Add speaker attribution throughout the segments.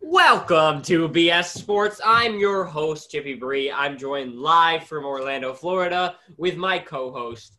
Speaker 1: Welcome to BS Sports. I'm your host, Jiffy Bree. I'm joined live from Orlando, Florida, with my co host.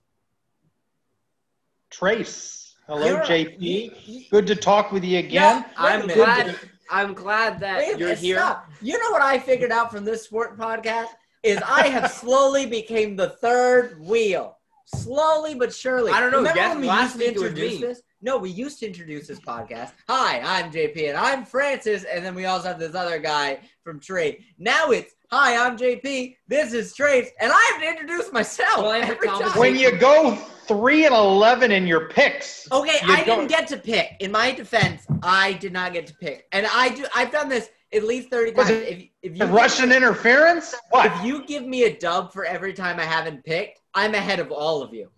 Speaker 2: Trace. Hello,
Speaker 3: You're-
Speaker 2: JP.
Speaker 3: you- you-
Speaker 2: Good to talk with you again.
Speaker 3: Yeah,
Speaker 1: I'm
Speaker 3: wait a minute.
Speaker 1: glad. I'm glad that
Speaker 3: Wait a
Speaker 1: you're
Speaker 3: minute,
Speaker 1: here.
Speaker 3: stop. You know what I figured out from this sport podcast is I have slowly became the third wheel, slowly but surely.
Speaker 1: I don't know,
Speaker 3: Remember
Speaker 1: yes,
Speaker 3: when we
Speaker 1: last
Speaker 3: used to
Speaker 1: week it was
Speaker 3: introduce
Speaker 1: me.
Speaker 3: this? No, we used to introduce this podcast. Hi, I'm JP, and I'm Francis, and then we also have this other guy from Trey. Now it's hi, I'm JP. This is Trace, and I have to introduce myself
Speaker 1: Well, and the
Speaker 3: every time.
Speaker 1: conversation-
Speaker 2: When you go three and eleven in your picks,
Speaker 3: Okay,
Speaker 2: You
Speaker 3: I
Speaker 2: don't-
Speaker 3: didn't get to pick. In my defense, I did not get to pick, and I do. I've done this at least thirty
Speaker 2: Was
Speaker 3: times.
Speaker 2: it
Speaker 3: If, if you
Speaker 2: Russian interference. What?
Speaker 3: if you give me a dub for every time I haven't picked, I'm ahead of all of you.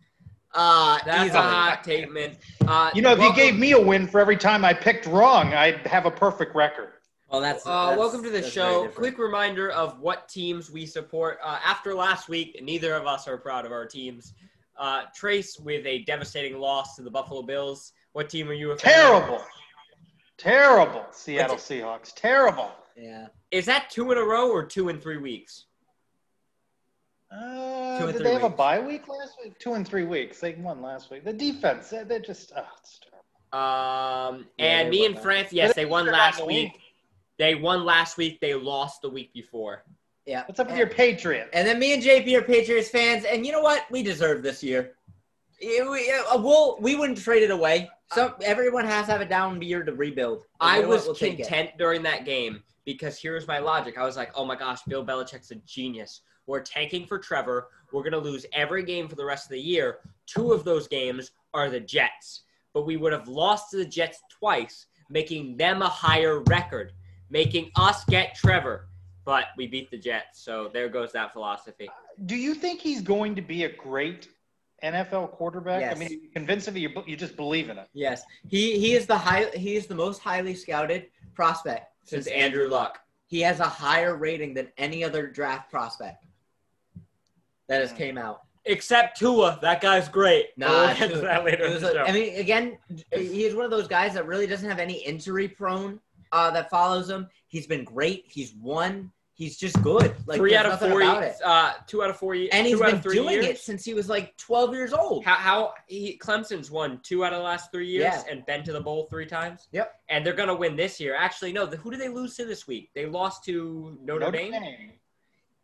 Speaker 3: Uh,
Speaker 1: That's
Speaker 3: easily.
Speaker 1: a hot statement. Uh,
Speaker 2: You know, if you
Speaker 1: welcome-
Speaker 2: gave me a win for every time I picked wrong, I'd have a perfect record.
Speaker 3: Well, that's,
Speaker 1: Uh, welcome to the show. Quick reminder of what teams we support. Uh, after last week, neither of us are proud of our teams. Uh, Trace with a devastating loss to the Buffalo Bills. What team are you? a fan of?
Speaker 2: Terrible, terrible Seattle Seahawks. Terrible.
Speaker 3: Yeah.
Speaker 1: Is that two in a row or two in three weeks? Two
Speaker 2: Uh,
Speaker 1: and
Speaker 2: did
Speaker 1: three
Speaker 2: they have a
Speaker 1: weeks.
Speaker 2: bye week last week? Two and three weeks. They won last week. The defense, they- they're just oh, it's terrible.
Speaker 1: Um,
Speaker 3: Yeah,
Speaker 1: and
Speaker 3: they
Speaker 1: me
Speaker 3: won
Speaker 1: and
Speaker 3: last-
Speaker 1: France, yes, they won
Speaker 2: They're not
Speaker 1: last
Speaker 2: gonna
Speaker 1: week.
Speaker 2: win.
Speaker 1: They won last week. They lost the week before.
Speaker 3: Yeah.
Speaker 2: What's up with
Speaker 3: and,
Speaker 2: your Patriots?
Speaker 3: And then me and JP are Patriots fans, and you know what? We deserve this year. Yeah, We, uh, we'll, we wouldn't trade it away. So everyone has to have a down year to rebuild. And
Speaker 1: I
Speaker 3: you know what?
Speaker 1: was
Speaker 3: We'll take it.
Speaker 1: content during that game because here's my logic. I was like, oh my gosh, Bill Belichick's a genius. We're tanking for Trevor. We're going to lose every game for the rest of the year. Two of those games are the Jets. But we would have lost to the Jets twice, making them a higher record, making us get Trevor. But we beat the Jets. So there goes that philosophy.
Speaker 2: Do you think he's going to be a great NFL quarterback?
Speaker 3: Yes.
Speaker 2: I mean, you convinced of it, you, be- you just believe in it.
Speaker 3: Yes, he he is the high he is the most highly scouted prospect
Speaker 1: Since Andrew Luck.
Speaker 3: He has a higher rating than any other draft prospect that
Speaker 1: Hmm.
Speaker 3: has came out.
Speaker 1: Except Tua. That guy's great.
Speaker 3: Nah,
Speaker 1: But we'll get to
Speaker 3: Tua-
Speaker 1: that later. in
Speaker 3: It was
Speaker 1: the
Speaker 3: a-
Speaker 1: show.
Speaker 3: I mean, again, he is one of those guys that really doesn't have any injury prone uh, that follows him. He's been great. He's won. He's just good. Like
Speaker 1: three
Speaker 3: there's
Speaker 1: out of
Speaker 3: nothing
Speaker 1: four.
Speaker 3: about
Speaker 1: ye- Uh, two out of four. ye-
Speaker 3: And he's
Speaker 1: two out
Speaker 3: been
Speaker 1: of three
Speaker 3: doing
Speaker 1: years.
Speaker 3: it since he was like 12 years old.
Speaker 1: How, how he, Clemson's won two out of the last three years
Speaker 3: Yeah.
Speaker 1: and been to the bowl three times.
Speaker 3: Yep.
Speaker 1: And they're gonna win this year. Actually, no. The, who did they lose to this week? They lost to Notre, Dame.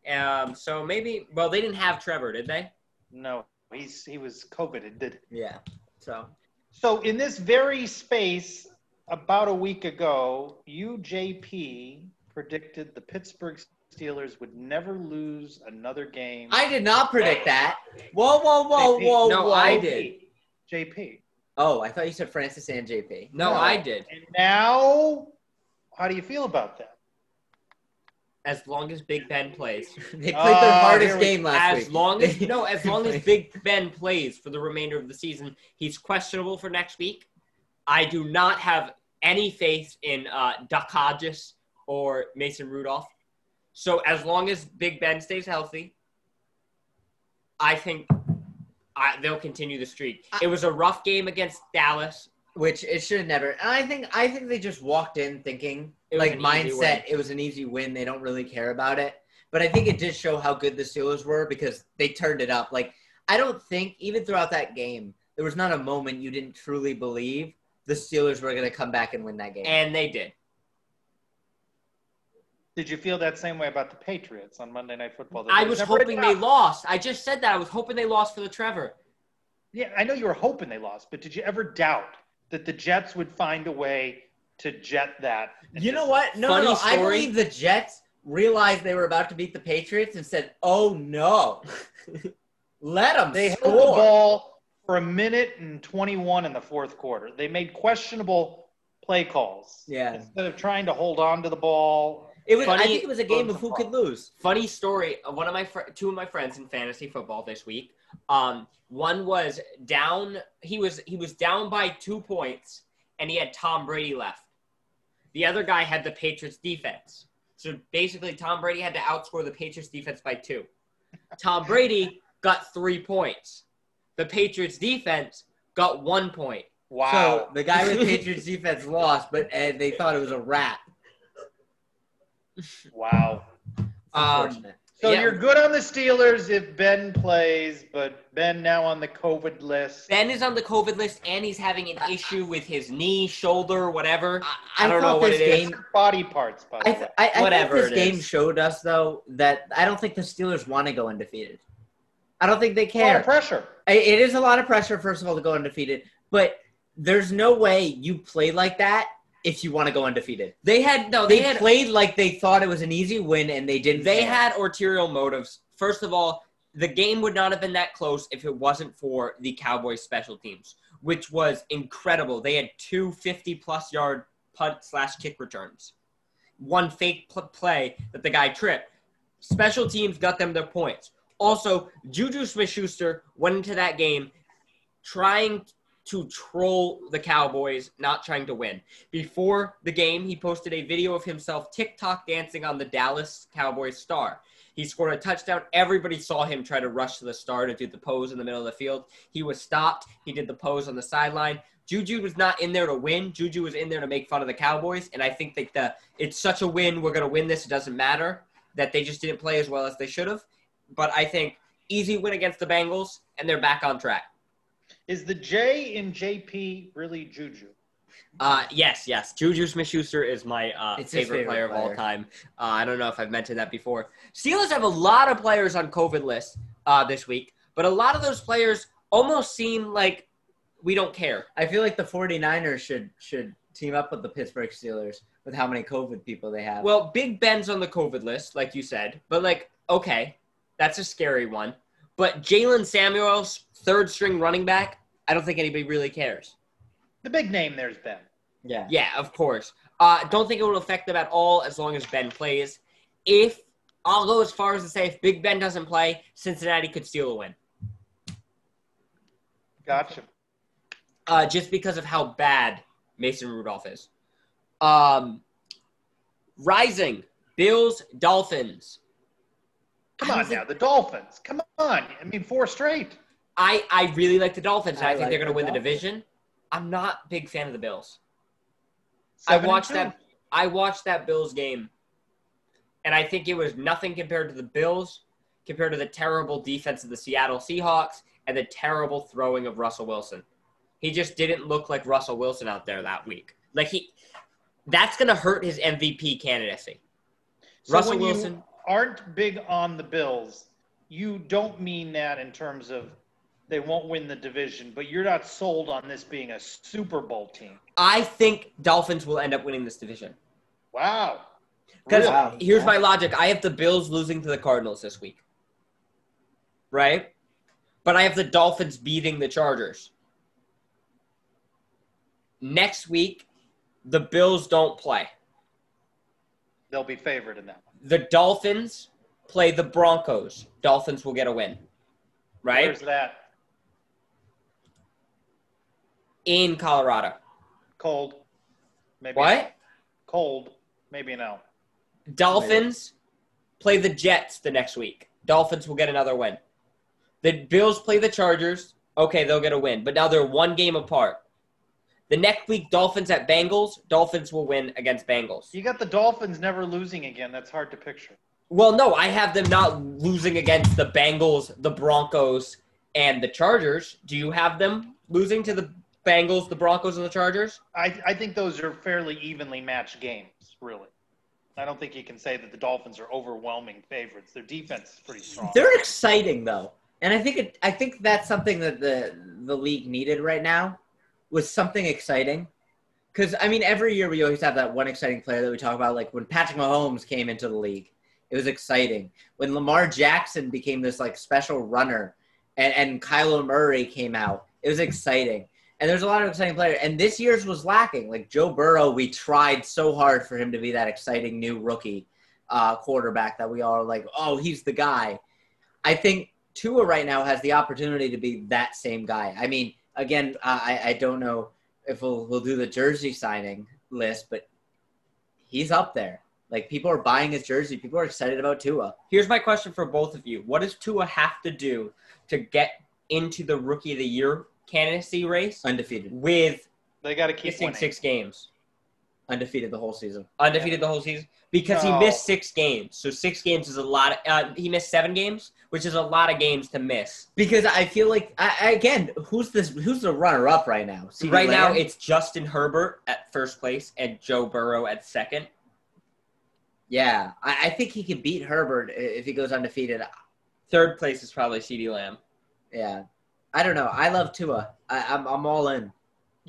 Speaker 1: Um. So maybe. Well, they didn't have Trevor, did they?
Speaker 2: No, he's he was coveted. Did
Speaker 3: yeah. So
Speaker 2: so in this very space about a week ago, you JP predicted the Pittsburgh Steelers would never lose another game.
Speaker 3: I did not predict that. Whoa, whoa, whoa,
Speaker 2: JP.
Speaker 3: whoa,
Speaker 1: No,
Speaker 3: whoa.
Speaker 1: I did.
Speaker 2: JP.
Speaker 3: Oh, I thought you said Francis and Oh. JP.
Speaker 1: No,
Speaker 2: No.
Speaker 1: I did.
Speaker 2: And now, how do you feel about that?
Speaker 1: As long as Big Ben plays.
Speaker 3: They played their
Speaker 2: Ah,
Speaker 3: hardest
Speaker 2: here we-
Speaker 3: game last
Speaker 1: As
Speaker 3: week.
Speaker 1: long as
Speaker 3: They-
Speaker 1: no, as long as Big Ben plays for the remainder of the season, he's questionable for next week. I do not have any faith in uh, Duck Hodges or Mason Rudolph. So as long as Big Ben stays healthy, I think I, they'll continue the streak.
Speaker 3: I-
Speaker 1: it was a rough game against Dallas.
Speaker 3: which it should have never. And I think I think they just walked in thinking
Speaker 1: It was
Speaker 3: like
Speaker 1: an easy win.
Speaker 3: mindset. It was an easy win. They don't really care about it. But I think it did show how good the Steelers were because they turned it up. Like I don't think even throughout that game there was not a moment you didn't truly believe the Steelers were going to come back and win that game.
Speaker 1: and they did.
Speaker 2: Did you feel that same way about the Patriots on Monday Night Football? That
Speaker 1: I
Speaker 2: there
Speaker 1: was
Speaker 2: never a
Speaker 1: hoping they
Speaker 2: doubt.
Speaker 1: lost. I just said that. I was hoping they lost for the Trevor.
Speaker 2: Yeah, I know you were hoping they lost, but did you ever doubt that the Jets would find a way to jet that? and
Speaker 3: You know
Speaker 2: just-
Speaker 3: what? No, no,
Speaker 1: Funny
Speaker 3: no. I
Speaker 1: story.
Speaker 3: believe the Jets realized they were about to beat the Patriots and said, "Oh no, let them
Speaker 2: They
Speaker 3: score."
Speaker 2: held the ball for a minute and 21 in the fourth quarter. They made questionable play calls.
Speaker 3: Yeah.
Speaker 2: Instead of trying to hold on to the ball.
Speaker 3: It was.
Speaker 1: Funny-
Speaker 3: I think it was a game of who could lose.
Speaker 1: funny story uh, one of my fr- two of my friends in fantasy football this week um one was down he was he was down by two points and he had tom brady left the other guy had the patriots defense so basically tom brady had to outscore the patriots defense by two tom brady got three points the patriots defense got one point
Speaker 2: Wow.
Speaker 3: eh, So the guy with Patriots defense lost, but uh, they thought it was a wrap.
Speaker 2: Wow.
Speaker 1: Um,
Speaker 3: Unfortunate.
Speaker 2: So
Speaker 1: Yeah.
Speaker 2: you're good on the Steelers if Ben plays, but Ben now on the COVID list.
Speaker 1: Ben is on the COVID list and he's having an issue with his knee, shoulder, whatever.
Speaker 3: I,
Speaker 1: I don't
Speaker 3: thought
Speaker 1: know what
Speaker 3: this
Speaker 1: it is.
Speaker 3: game.
Speaker 2: Body parts, by the
Speaker 3: I,
Speaker 2: way.
Speaker 3: th- I, I
Speaker 1: Whatever
Speaker 3: think
Speaker 1: it
Speaker 3: this game
Speaker 1: is.
Speaker 3: showed us though that I don't think the Steelers want to go undefeated. I don't think they
Speaker 2: A lot
Speaker 3: care.
Speaker 2: of pressure.
Speaker 3: I- it is a lot of pressure, first of all, to go undefeated, but there's no way you play like that if you want to go undefeated.
Speaker 1: They had no,
Speaker 3: They,
Speaker 1: they had
Speaker 3: played like they thought it was an easy win, and they didn't.
Speaker 1: They
Speaker 3: care.
Speaker 1: had arterial motives. First of all, the game would not have been that close if it wasn't for the Cowboys special teams, which was incredible. They had two 50 plus yard punt slash kick returns, one fake pl- play that the guy tripped. Special teams got them their points. Also, Juju Smith Schuster went into that game trying to troll the Cowboys, not trying to win. Before the game, he posted a video of himself TikTok dancing on the Dallas Cowboys star. He scored a touchdown. Everybody saw him try to rush to the star to do the pose in the middle of the field. He was stopped. He did the pose on the sideline. Juju was not in there to win. Juju was in there to make fun of the Cowboys. And I think that the it's such a win. We're gonna win this. It doesn't matter that they just didn't play as well as they should have. But I think easy win against the Bengals, and they're back on track.
Speaker 2: Is the J in JP really Juju?
Speaker 1: Uh, yes, yes. Juju Smith-Schuster is my uh,
Speaker 3: It's his
Speaker 1: favorite,
Speaker 3: favorite
Speaker 1: player of all
Speaker 3: player.
Speaker 1: time. Uh, I don't know if I've mentioned that before. Steelers have a lot of players on COVID list uh, this week, but a lot of those players almost seem like we don't care.
Speaker 3: I feel like the 49ers should should team up with the Pittsburgh Steelers with how many COVID people they have.
Speaker 1: Well, Big Ben's on the COVID list, like you said, but like, okay, that's a scary one. But Jalen Samuels, third string running back, I don't think anybody really cares.
Speaker 2: The big name there's Ben.
Speaker 3: yeah.
Speaker 1: Yeah, of course. Uh, don't think it will affect them at all as long as Ben plays. If I'll go as far as to say, if Big Ben doesn't play, Cincinnati could steal a win,
Speaker 2: Gotcha.
Speaker 1: uh, just because of how bad Mason Rudolph is. Um, rising Bills Dolphins. I
Speaker 2: Come
Speaker 1: don't
Speaker 2: on
Speaker 1: think-
Speaker 2: now, the Dolphins. Come on. I mean, four straight.
Speaker 1: I I really like the Dolphins. and I,
Speaker 3: I
Speaker 1: think
Speaker 3: like
Speaker 1: they're going to
Speaker 3: the
Speaker 1: win the
Speaker 3: Dolphins.
Speaker 1: division. I'm not a big fan of the Bills. I
Speaker 2: Seven and
Speaker 1: watched
Speaker 2: two.
Speaker 1: that. I watched that Bills game, and I think it was nothing compared to the Bills, compared to the terrible defense of the Seattle Seahawks and the terrible throwing of Russell Wilson. He just didn't look like Russell Wilson out there that week. Like he, that's gonna hurt his MVP candidacy.
Speaker 2: So
Speaker 1: Russell
Speaker 2: when you
Speaker 1: Wilson.
Speaker 2: aren't big on the Bills, you don't mean that in terms of they won't win the division, but you're not sold on this being a Super Bowl team.
Speaker 1: I think Dolphins will end up winning this division.
Speaker 2: Wow.
Speaker 1: Because
Speaker 2: Really?
Speaker 3: Wow.
Speaker 1: here's my logic: I have the Bills losing to the Cardinals this week, right? But I have the Dolphins beating the Chargers. Next week, the Bills don't play.
Speaker 2: They'll be favored in that one.
Speaker 1: The Dolphins play the Broncos. Dolphins will get a win, right?
Speaker 2: Where's that?
Speaker 1: In Colorado.
Speaker 2: Cold. Maybe
Speaker 1: What?
Speaker 2: Cold. Maybe no.
Speaker 1: Dolphins play the Jets the next week. Dolphins will get another win. The Bills play the Chargers. Okay, they'll get a win, but now they're one game apart. The next week, Dolphins at Bengals. Dolphins will win against Bengals.
Speaker 2: You got the Dolphins never losing again. That's hard to picture.
Speaker 1: Well, no, I have them not losing against the Bengals, the Broncos, and the Chargers. Do you have them losing to the Bengals, the Broncos, and the Chargers?
Speaker 2: I, I think those are fairly evenly matched games, really. I don't think you can say that the Dolphins are overwhelming favorites. Their defense is pretty strong.
Speaker 3: They're exciting though, and I think it, I think that's something that the the league needed right now was something exciting. Because I mean, every year we always have that one exciting player that we talk about. Like when Patrick Mahomes came into the league, it was exciting. When Lamar Jackson became this like special runner, and, and Kylo Murray came out, it was exciting. And there's a lot of exciting players. And this year's was lacking. Like Joe Burrow, we tried so hard for him to be that exciting new rookie uh, quarterback that we all are like, oh, he's the guy. I think Tua right now has the opportunity to be that same guy. I mean, again, I, I don't know if we'll, we'll do the jersey signing list, but he's up there. Like people are buying his jersey. People are excited about Tua.
Speaker 1: Here's my question for both of you. What does Tua have to do to get into the rookie of the year candidacy race
Speaker 3: Undefeated.
Speaker 1: with
Speaker 2: They got to keep
Speaker 1: missing
Speaker 2: winning.
Speaker 1: six games?
Speaker 3: undefeated the whole season.
Speaker 1: undefeated the whole season because
Speaker 2: No.
Speaker 1: he missed six games. So six games is a lot. Of, uh, he missed seven games, which is a lot of games to miss.
Speaker 3: Because I feel like I, I- again, who's this? Who's the runner up right now? CeeDee
Speaker 1: right now,
Speaker 3: Lamb?
Speaker 1: it's Justin Herbert at first place and Joe Burrow at second.
Speaker 3: yeah. I, I think he can beat Herbert i- if he goes undefeated.
Speaker 1: Third place is probably Ceedee Lamb.
Speaker 3: Yeah, I don't know. I love Tua. I, I'm I'm all in.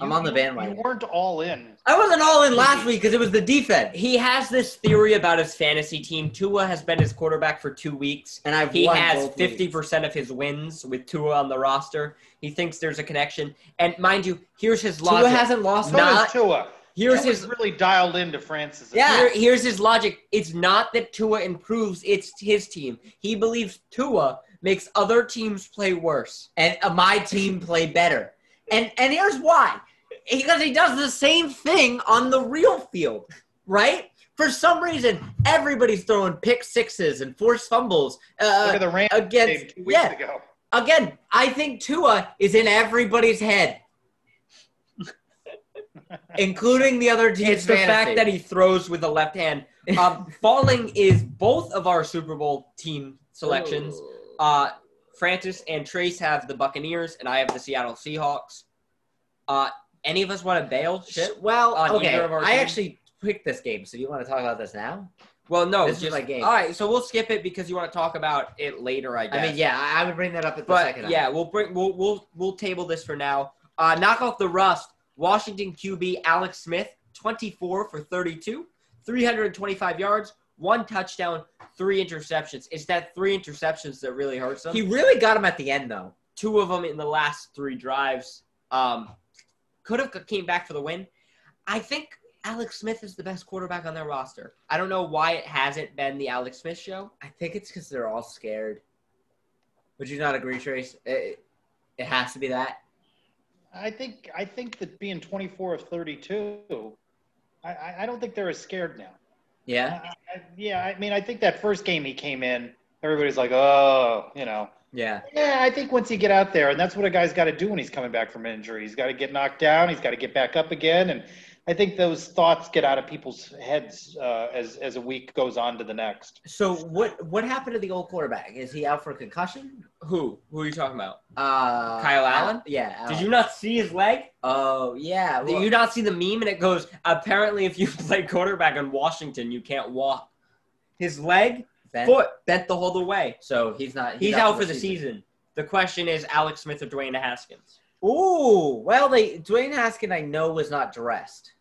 Speaker 3: I'm on the
Speaker 2: you-
Speaker 3: bandwagon.
Speaker 2: You weren't all in.
Speaker 3: I wasn't all in last week because it was the defense,
Speaker 1: He has this theory about his fantasy team. Tua has been his quarterback for two weeks.
Speaker 3: and I've
Speaker 1: He
Speaker 3: won
Speaker 1: has
Speaker 3: both
Speaker 1: fifty
Speaker 3: weeks.
Speaker 1: percent of his wins with Tua on the roster. He thinks there's a connection. And mind you, here's his logic.
Speaker 3: Tua hasn't lost.
Speaker 2: So
Speaker 1: Not-
Speaker 2: is Tua.
Speaker 1: here's
Speaker 2: Tua's
Speaker 1: his
Speaker 2: really dialed into Francis.
Speaker 3: Yeah.
Speaker 1: Here- here's his logic. It's not that Tua improves, it's his team. He believes Tua makes other teams play worse.
Speaker 3: and uh, my team played better. And and here's why. Because he does the same thing on the real field, right? For some reason, everybody's throwing pick sixes and forced fumbles.
Speaker 2: Look
Speaker 3: Uh,
Speaker 2: at the Rams
Speaker 3: against-
Speaker 2: game two weeks
Speaker 3: yeah.
Speaker 2: ago.
Speaker 3: again, I think Tua is in everybody's head, including the other team's
Speaker 1: It's the fact that he throws with the left hand. Um, falling is both of our Super Bowl team selections. Uh, Francis and Trace have the Buccaneers, and I have the Seattle Seahawks. Uh, any of us want to bail? Shit. on
Speaker 3: well, okay.
Speaker 1: either of our
Speaker 3: I
Speaker 1: teams?
Speaker 3: actually picked this game, so you want to talk about this now?
Speaker 1: Well, no.
Speaker 3: This is
Speaker 1: just-
Speaker 3: my game.
Speaker 1: All right, so we'll skip it because you want to talk about it later, I guess.
Speaker 3: I mean, yeah, I I would bring that up at the
Speaker 1: But
Speaker 3: second. half.
Speaker 1: yeah, we'll bring we'll we'll we'll table this for now. Uh, knock off the rust. Washington QB Alex Smith, 24 for 32, 325 yards, one touchdown, three interceptions. It's that three interceptions that really hurts him.
Speaker 3: he really got him at the end though.
Speaker 1: Two of them in the last three drives. Um, could have came back for the win. I think Alex Smith is the best quarterback on their roster. I don't know why it hasn't been the Alex Smith show.
Speaker 3: I think it's because they're all scared. Would you not agree, Trace? It, it has to be that.
Speaker 2: I think I think that being 24 of 32, I- I, I don't think they're as scared now. I,
Speaker 3: Yeah,
Speaker 2: I, yeah, I mean, I think that first game he came in, everybody's like, oh, you know.
Speaker 3: yeah,
Speaker 2: Yeah, I think once you get out there, and that's what a guy's got to do when he's coming back from injury. He's got to get knocked down. He's got to get back up again. And I think those thoughts get out of people's heads uh, as as a week goes on to the next.
Speaker 3: So what what happened to the old quarterback? Is he out for concussion?
Speaker 1: Who? Who are you talking about?
Speaker 3: Uh,
Speaker 1: Kyle Allen?
Speaker 3: Al- yeah.
Speaker 1: Did
Speaker 3: Allen.
Speaker 1: you not see his leg?
Speaker 3: Oh yeah.
Speaker 1: Did
Speaker 3: well-
Speaker 1: you not see the meme? And it goes, apparently, if you play quarterback in Washington, you can't walk. His leg,
Speaker 3: Ben-
Speaker 1: foot, bent the whole way.
Speaker 3: So he's not.
Speaker 1: He's out for the season. The question is Alex Smith or Dwayne Haskins?
Speaker 3: Ooh. Well, they Dwayne Haskins I know was not dressed,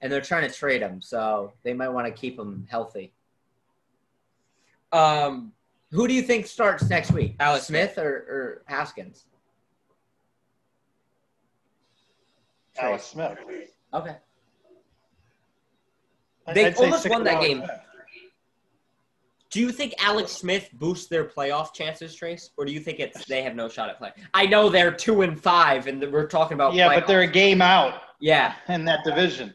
Speaker 3: and they're trying to trade him, so they might want to keep him healthy.
Speaker 1: Um,
Speaker 3: Who do you think starts next week?
Speaker 1: Alex
Speaker 3: Smith or, or Haskins?
Speaker 2: Alex Smith.
Speaker 3: Okay.
Speaker 2: I-
Speaker 1: They
Speaker 2: I'd say
Speaker 1: almost
Speaker 2: stick
Speaker 1: won
Speaker 2: with
Speaker 1: that
Speaker 2: Alex
Speaker 1: game.
Speaker 2: Smith.
Speaker 1: do you think Alex Smith boosts their playoff chances, Trace, or do you think it's they have no shot at play? I know they're two and five, and we're talking about
Speaker 2: Yeah,
Speaker 1: playoff.
Speaker 2: but they're a game out
Speaker 1: yeah.
Speaker 2: in that division.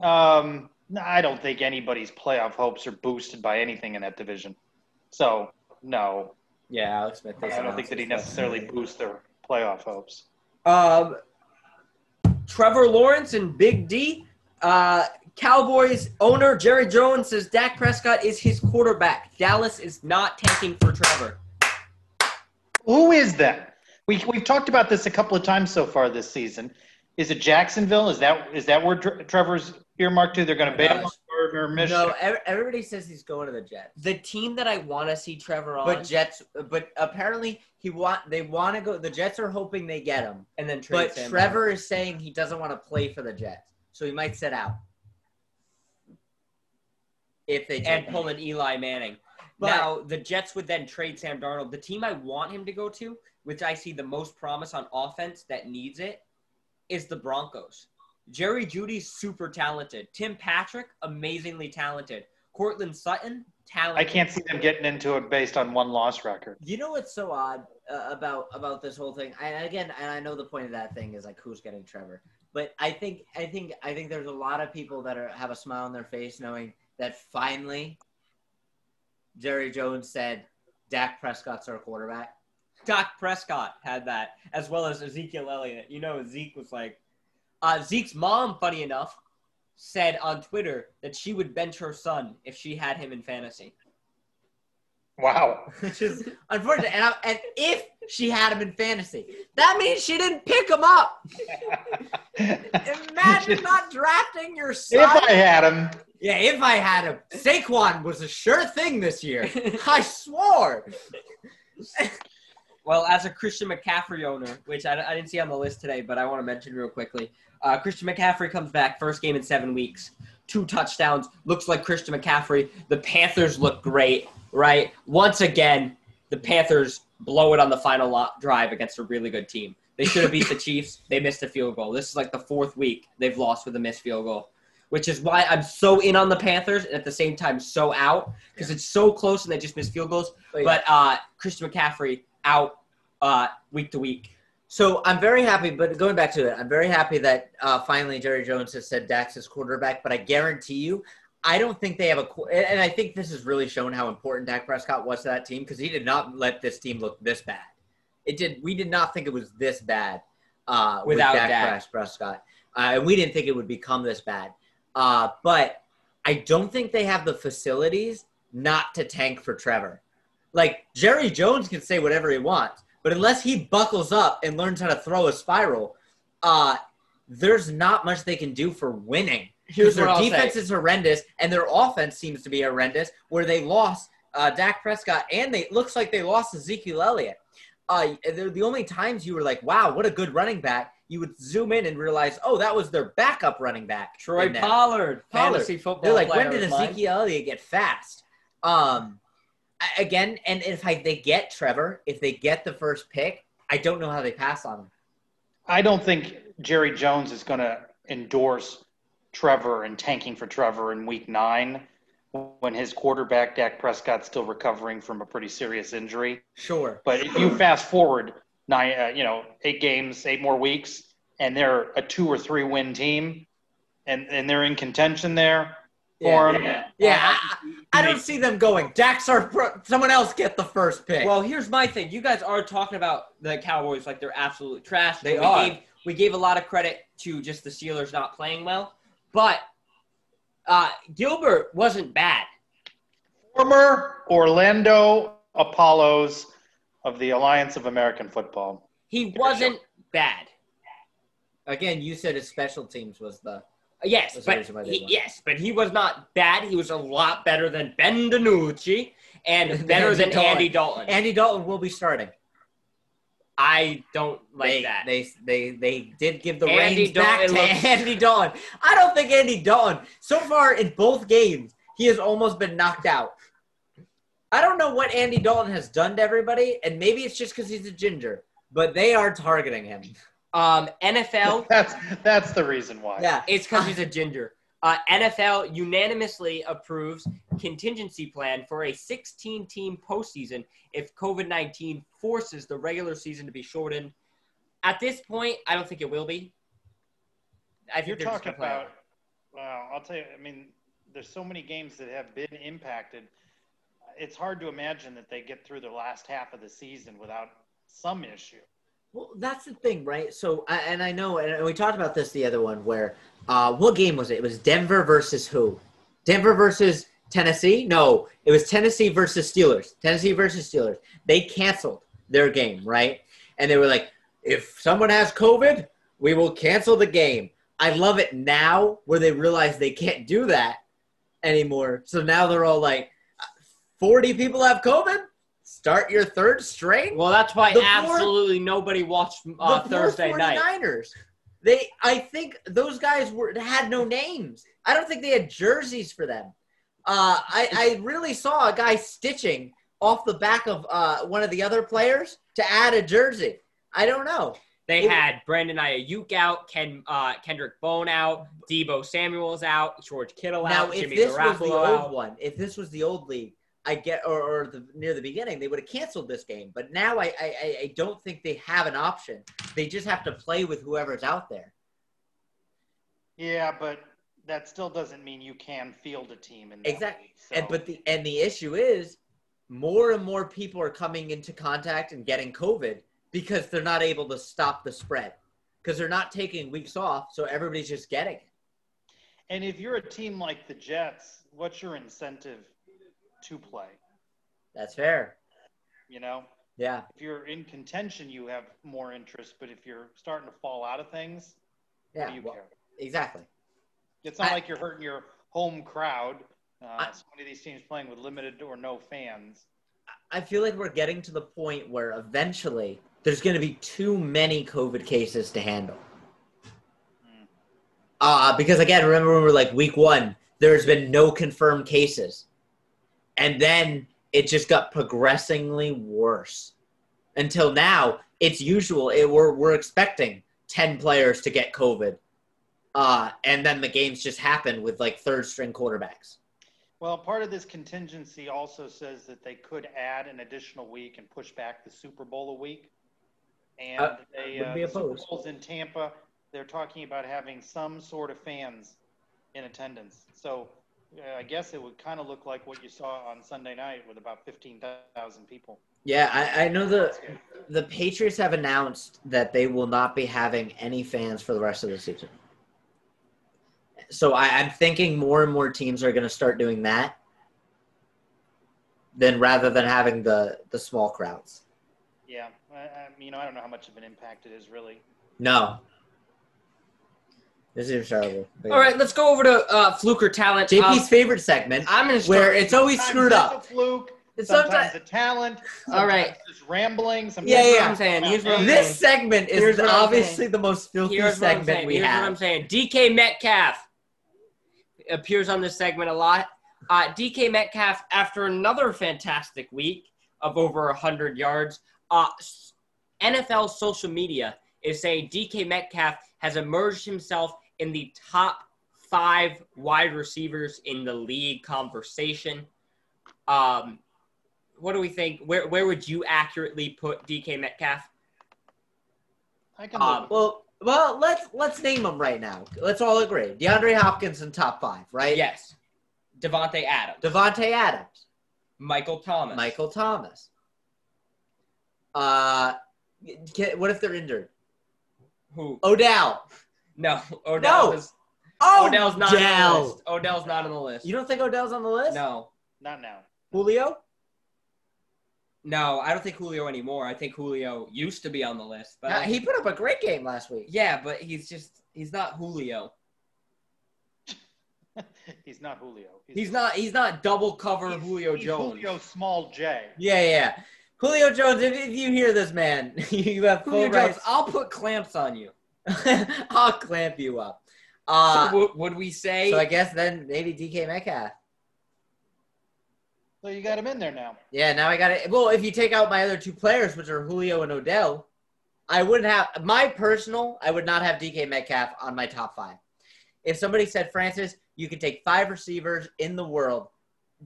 Speaker 2: Um, no, I don't think anybody's playoff hopes are boosted by anything in that division. So no,
Speaker 3: Yeah, Alex Smith.
Speaker 2: I don't think that he necessarily boosts their playoff hopes.
Speaker 1: Um, Trevor Lawrence and Big D. Uh, Cowboys owner Jerry Jones says Dak Prescott is his quarterback. Dallas is not tanking for Trevor.
Speaker 2: Who is that? We we've talked about this a couple of times so far this season. Is it Jacksonville? Is that is that where Tre- Trevor's earmarked to? They're going to bail him or, or Michigan?
Speaker 3: No, ev- everybody says he's going to the Jets.
Speaker 1: The team that I want to see Trevor on,
Speaker 3: But Jets, but apparently he want they want to go. The Jets are hoping they get him,
Speaker 1: and then trade
Speaker 3: but
Speaker 1: Sam
Speaker 3: Trevor is saying he doesn't want to play for the Jets, so he might sit out if they
Speaker 1: Darnold
Speaker 3: take
Speaker 1: and
Speaker 3: him.
Speaker 1: pull an Eli Manning.
Speaker 3: But-
Speaker 1: now the Jets would then trade Sam Darnold. The team I want him to go to, which I see the most promise on offense that needs it, is the Broncos. Jerry Judy's super talented. Tim Patrick, amazingly talented. Cortland Sutton,
Speaker 2: I
Speaker 1: talented.
Speaker 2: can't see them getting into it based on one loss record.
Speaker 3: You know what's so odd uh, about about this whole thing? And again, and I know the point of that thing is like who's getting Trevor, but I think I think I think there's a lot of people that are have a smile on their face knowing that finally Jerry Jones said Dak Prescott's our quarterback.
Speaker 1: Doc Prescott had that, as well as Ezekiel Elliott. You know, Zeke was like, Uh, Zeke's mom, funny enough, said on Twitter that she would bench her son if she had him in fantasy.
Speaker 2: Wow.
Speaker 3: which is unfortunate. And, I, and if she had him in fantasy, that means she didn't pick him up. Imagine not drafting your son.
Speaker 2: if I had him,
Speaker 3: yeah, if I had him, Saquon was a sure thing this year. I swore.
Speaker 1: Well, as a Christian McCaffrey owner, which I, I didn't see on the list today, but I want to mention real quickly. Uh, Christian McCaffrey comes back, first game in seven weeks, two touchdowns, looks like Christian McCaffrey. The Panthers look great, right? Once again, the Panthers blow it on the final lo- drive against a really good team. They should have beat the Chiefs. They missed a field goal. This is like the fourth week they've lost with a missed field goal, which is why I'm so in on the Panthers and at the same time so out because it's so close and they just miss field goals.
Speaker 3: But yeah.
Speaker 1: But uh, Christian McCaffrey out uh, week to week.
Speaker 3: So I'm very happy, but going back to it, I'm very happy that uh, finally Jerry Jones has said Dax is quarterback. But I guarantee you, I don't think they have a. qu- And and I think this has really shown how important Dak Prescott was to that team because he did not let this team look this bad. It did. We did not think it was this bad uh,
Speaker 1: Without
Speaker 3: with Dak,
Speaker 1: Dak.
Speaker 3: Pres- Prescott, uh, and we didn't think it would become this bad. Uh, but I don't think they have the facilities not to tank for Trevor. Like Jerry Jones can say whatever he wants, but unless he buckles up and learns how to throw a spiral, uh, there's not much they can do for winning.
Speaker 1: Here's
Speaker 3: their
Speaker 1: what I'll
Speaker 3: defense
Speaker 1: say.
Speaker 3: is horrendous, and their offense seems to be horrendous. Where they lost uh, Dak Prescott, and they it looks like they lost Ezekiel Elliott. Uh, they're the only times you were like, "Wow, what a good running back!" You would zoom in and realize, "Oh, that was their backup running back."
Speaker 1: Troy
Speaker 3: in there.
Speaker 1: Pollard, fantasy football.
Speaker 3: They're like,
Speaker 1: player
Speaker 3: when did
Speaker 1: of mine.
Speaker 3: Ezekiel Elliott get fast? Um, I- again, and if I, they get Trevor, if they get the first pick, I don't know how they pass on him.
Speaker 2: I don't think Jerry Jones is going to endorse Trevor and tanking for Trevor in week nine when his quarterback, Dak Prescott's still recovering from a pretty serious injury.
Speaker 3: Sure.
Speaker 2: But if you fast forward nine, uh, you know, eight games, eight more weeks, and they're a two or three win team and, and they're in contention there for him.
Speaker 3: Yeah, I, I I don't see them going. Dax or pro- someone else get the first pick.
Speaker 1: Well, here's my thing. You guys are talking about the Cowboys like they're absolute trash.
Speaker 3: They
Speaker 1: we
Speaker 3: are.
Speaker 1: Gave, we gave a lot of credit to just the Steelers not playing well, but uh, Gilbert wasn't bad.
Speaker 2: Former Orlando Apollos of the Alliance of American Football.
Speaker 1: He
Speaker 2: sure.
Speaker 1: wasn't bad.
Speaker 3: again, you said his special teams was the
Speaker 1: Yes,
Speaker 3: That's the reason why
Speaker 1: but
Speaker 3: they
Speaker 1: he,
Speaker 3: won.
Speaker 1: yes, but he was not bad. He was a lot better than Ben DiNucci and
Speaker 3: And
Speaker 1: better
Speaker 3: Andy
Speaker 1: than Andy Dalton.
Speaker 3: Andy Dalton will be starting.
Speaker 1: I don't like
Speaker 3: they,
Speaker 1: that.
Speaker 3: They they they did give the
Speaker 1: Andy
Speaker 3: reins back
Speaker 1: Dalton
Speaker 3: to
Speaker 1: looks-
Speaker 3: Andy Dalton. I don't think Andy Dalton. So far in both games, he has almost been knocked out. I don't know what Andy Dalton has done to everybody, and maybe it's just because he's a ginger. But they are targeting him.
Speaker 1: um, NFL
Speaker 2: That's that's the reason why.
Speaker 3: Yeah,
Speaker 1: It's because he's a ginger. Uh, NFL unanimously approves contingency plan for a 16-team postseason if COVID-19 forces the regular season to be shortened. At this point, I don't think it will be. I think
Speaker 2: You're
Speaker 1: they're just gonna
Speaker 2: talking
Speaker 1: play it.
Speaker 2: about. Well, I'll tell you. I mean, there's so many games that have been impacted. It's hard to imagine that they get through the last half of the season without some issue.
Speaker 3: Well, that's the thing, right? So, I- and I know, and we talked about this the other one where, uh, what game was it? It was Denver versus who? Denver versus Tennessee? No, it was Tennessee versus Steelers. Tennessee versus Steelers. They canceled their game, right? And they were like, if someone has COVID, we will cancel the game. I love it now where they realize they can't do that anymore. So now they're all like, 40 people have COVID? Start your third strain?
Speaker 1: Well, that's why
Speaker 3: The fourth-
Speaker 1: absolutely nobody watched uh,
Speaker 3: the poor
Speaker 1: Thursday night.
Speaker 3: 49ers. They, I think those guys were had no names. I don't think they had jerseys for them. Uh, I, I really saw a guy stitching off the back of uh, one of the other players to add a jersey. I don't know.
Speaker 1: They
Speaker 3: It-
Speaker 1: had Brandon Ayuk out, Ken uh, Kendrick Bone out, Debo Samuel's out, George Kittle
Speaker 3: Now,
Speaker 1: out,
Speaker 3: if
Speaker 1: Jimmy
Speaker 3: this was the
Speaker 1: Garoppolo
Speaker 3: old
Speaker 1: out.
Speaker 3: one, if this was the old league, I get or, or the, near the beginning, they would have canceled this game. But now I, I, I- I don't think they have an option. They just have to play with whoever's out there.
Speaker 2: Yeah, but that still doesn't mean you can field a team in that
Speaker 3: Exact-
Speaker 2: league,
Speaker 3: And
Speaker 2: so-
Speaker 3: but the and the issue is more and more people are coming into contact and getting COVID because they're not able to stop the spread. because they're not taking weeks off, so everybody's just getting it.
Speaker 2: And if you're a team like the Jets, what's your incentive to play?
Speaker 3: That's fair.
Speaker 2: You know,
Speaker 3: Yeah,
Speaker 2: if you're in contention, you have more interest. But if you're starting to fall out of things, what
Speaker 3: yeah,
Speaker 2: do you
Speaker 3: well,
Speaker 2: care?
Speaker 3: exactly.
Speaker 2: It's not
Speaker 3: I-
Speaker 2: like you're hurting your home crowd. Uh, so many of these teams playing with limited or no fans.
Speaker 3: I feel like we're getting to the point where eventually there's going to be too many COVID cases to handle.
Speaker 2: Mm.
Speaker 3: Uh, because again, remember when we were like week one, there's been no confirmed cases. And then it just got progressively worse until now. It's usual. It, we're, we're expecting 10 players to get COVID. Uh, and then the games just happen with like third string quarterbacks.
Speaker 2: Well, part of this contingency also says that they could add an additional week and push back the Super Bowl a week. And
Speaker 3: I-
Speaker 2: they,
Speaker 3: wouldn't
Speaker 2: uh,
Speaker 3: be
Speaker 2: the Super
Speaker 3: opposed.
Speaker 2: Bowl's in Tampa. They're talking about having some sort of fans in attendance. So uh, I guess it would kind of look like what you saw on Sunday night with about 15,000 people.
Speaker 3: Yeah, I, I know the the Patriots have announced that they will not be having any fans for the rest of the season. So I, I'm thinking more and more teams are going to start doing that, then rather than having the the small crowds.
Speaker 2: Yeah. I, I, you know, I don't know how much of an impact it is really.
Speaker 3: No, this is terrible. But-
Speaker 1: All right, let's go over to uh, Fluker talent.
Speaker 3: JP's
Speaker 1: Um,
Speaker 3: favorite segment,
Speaker 1: I'm gonna
Speaker 3: where
Speaker 1: start.
Speaker 3: it's always Oh, screwed
Speaker 2: Sometimes
Speaker 3: up.
Speaker 2: It's a fluke.
Speaker 1: It's
Speaker 2: sometimes,
Speaker 1: sometimes-
Speaker 2: a talent.
Speaker 1: All right.
Speaker 2: sometimes Just rambling. Sometimes
Speaker 3: Yeah, yeah.
Speaker 1: I'm saying. Here's what I'm saying.
Speaker 3: This segment
Speaker 1: Here's
Speaker 3: is
Speaker 1: what I'm
Speaker 3: obviously the most filthy
Speaker 1: Here's what I'm
Speaker 3: segment
Speaker 1: saying.
Speaker 3: we
Speaker 1: Here's what I'm
Speaker 3: have.
Speaker 1: saying. DK Metcalf appears on this segment a lot. Uh, DK Metcalf, after another fantastic week of over 100 yards, uh, s- NFL social media is saying DK Metcalf has emerged himself in the top five wide receivers in the league conversation. Um, what do we think? Where, where would you accurately put DK Metcalf?
Speaker 2: I can
Speaker 1: Um,
Speaker 2: live with
Speaker 3: Well, well, let's let's name them right now. Let's all agree. DeAndre Hopkins in top five, right?
Speaker 1: Yes. Devontae Adams.
Speaker 3: Devonte Adams,
Speaker 1: Michael Thomas.
Speaker 3: Michael Thomas. Uh, can, what if they're injured?
Speaker 1: Who?
Speaker 3: Odell.
Speaker 1: No. Odell.
Speaker 3: Oh. No. Oh,
Speaker 1: Is, Oh, Odell's not on the list. Odell's not on the list.
Speaker 3: You don't think Odell's on the list?
Speaker 1: No.
Speaker 2: it. not now.
Speaker 3: Julio.
Speaker 1: No, I don't think Julio anymore. I think Julio used to be on the list, but
Speaker 3: Nah, he put up a great game last week.
Speaker 1: yeah, but he's just he's not Julio.
Speaker 2: He's not Julio.
Speaker 1: He's not he's not double cover
Speaker 2: he's-
Speaker 1: Julio
Speaker 2: he's
Speaker 1: Jones.
Speaker 2: Julio Small J.
Speaker 3: Yeah, yeah. yeah. Julio Jones. If, if you hear this, man, you have full
Speaker 1: Julio Jones,
Speaker 3: rights.
Speaker 1: I'll put clamps on you.
Speaker 3: I'll clamp you up.
Speaker 1: so
Speaker 3: Uh,
Speaker 1: w- would we say
Speaker 3: so I guess then maybe DK Metcalf.
Speaker 2: So you got him in there now.
Speaker 3: Yeah, now I got it. Well, if you take out my other two players, which are Julio and Odell, I wouldn't have my personal. I would not have DK Metcalf on my top five. If somebody said Francis, you could take five receivers in the world.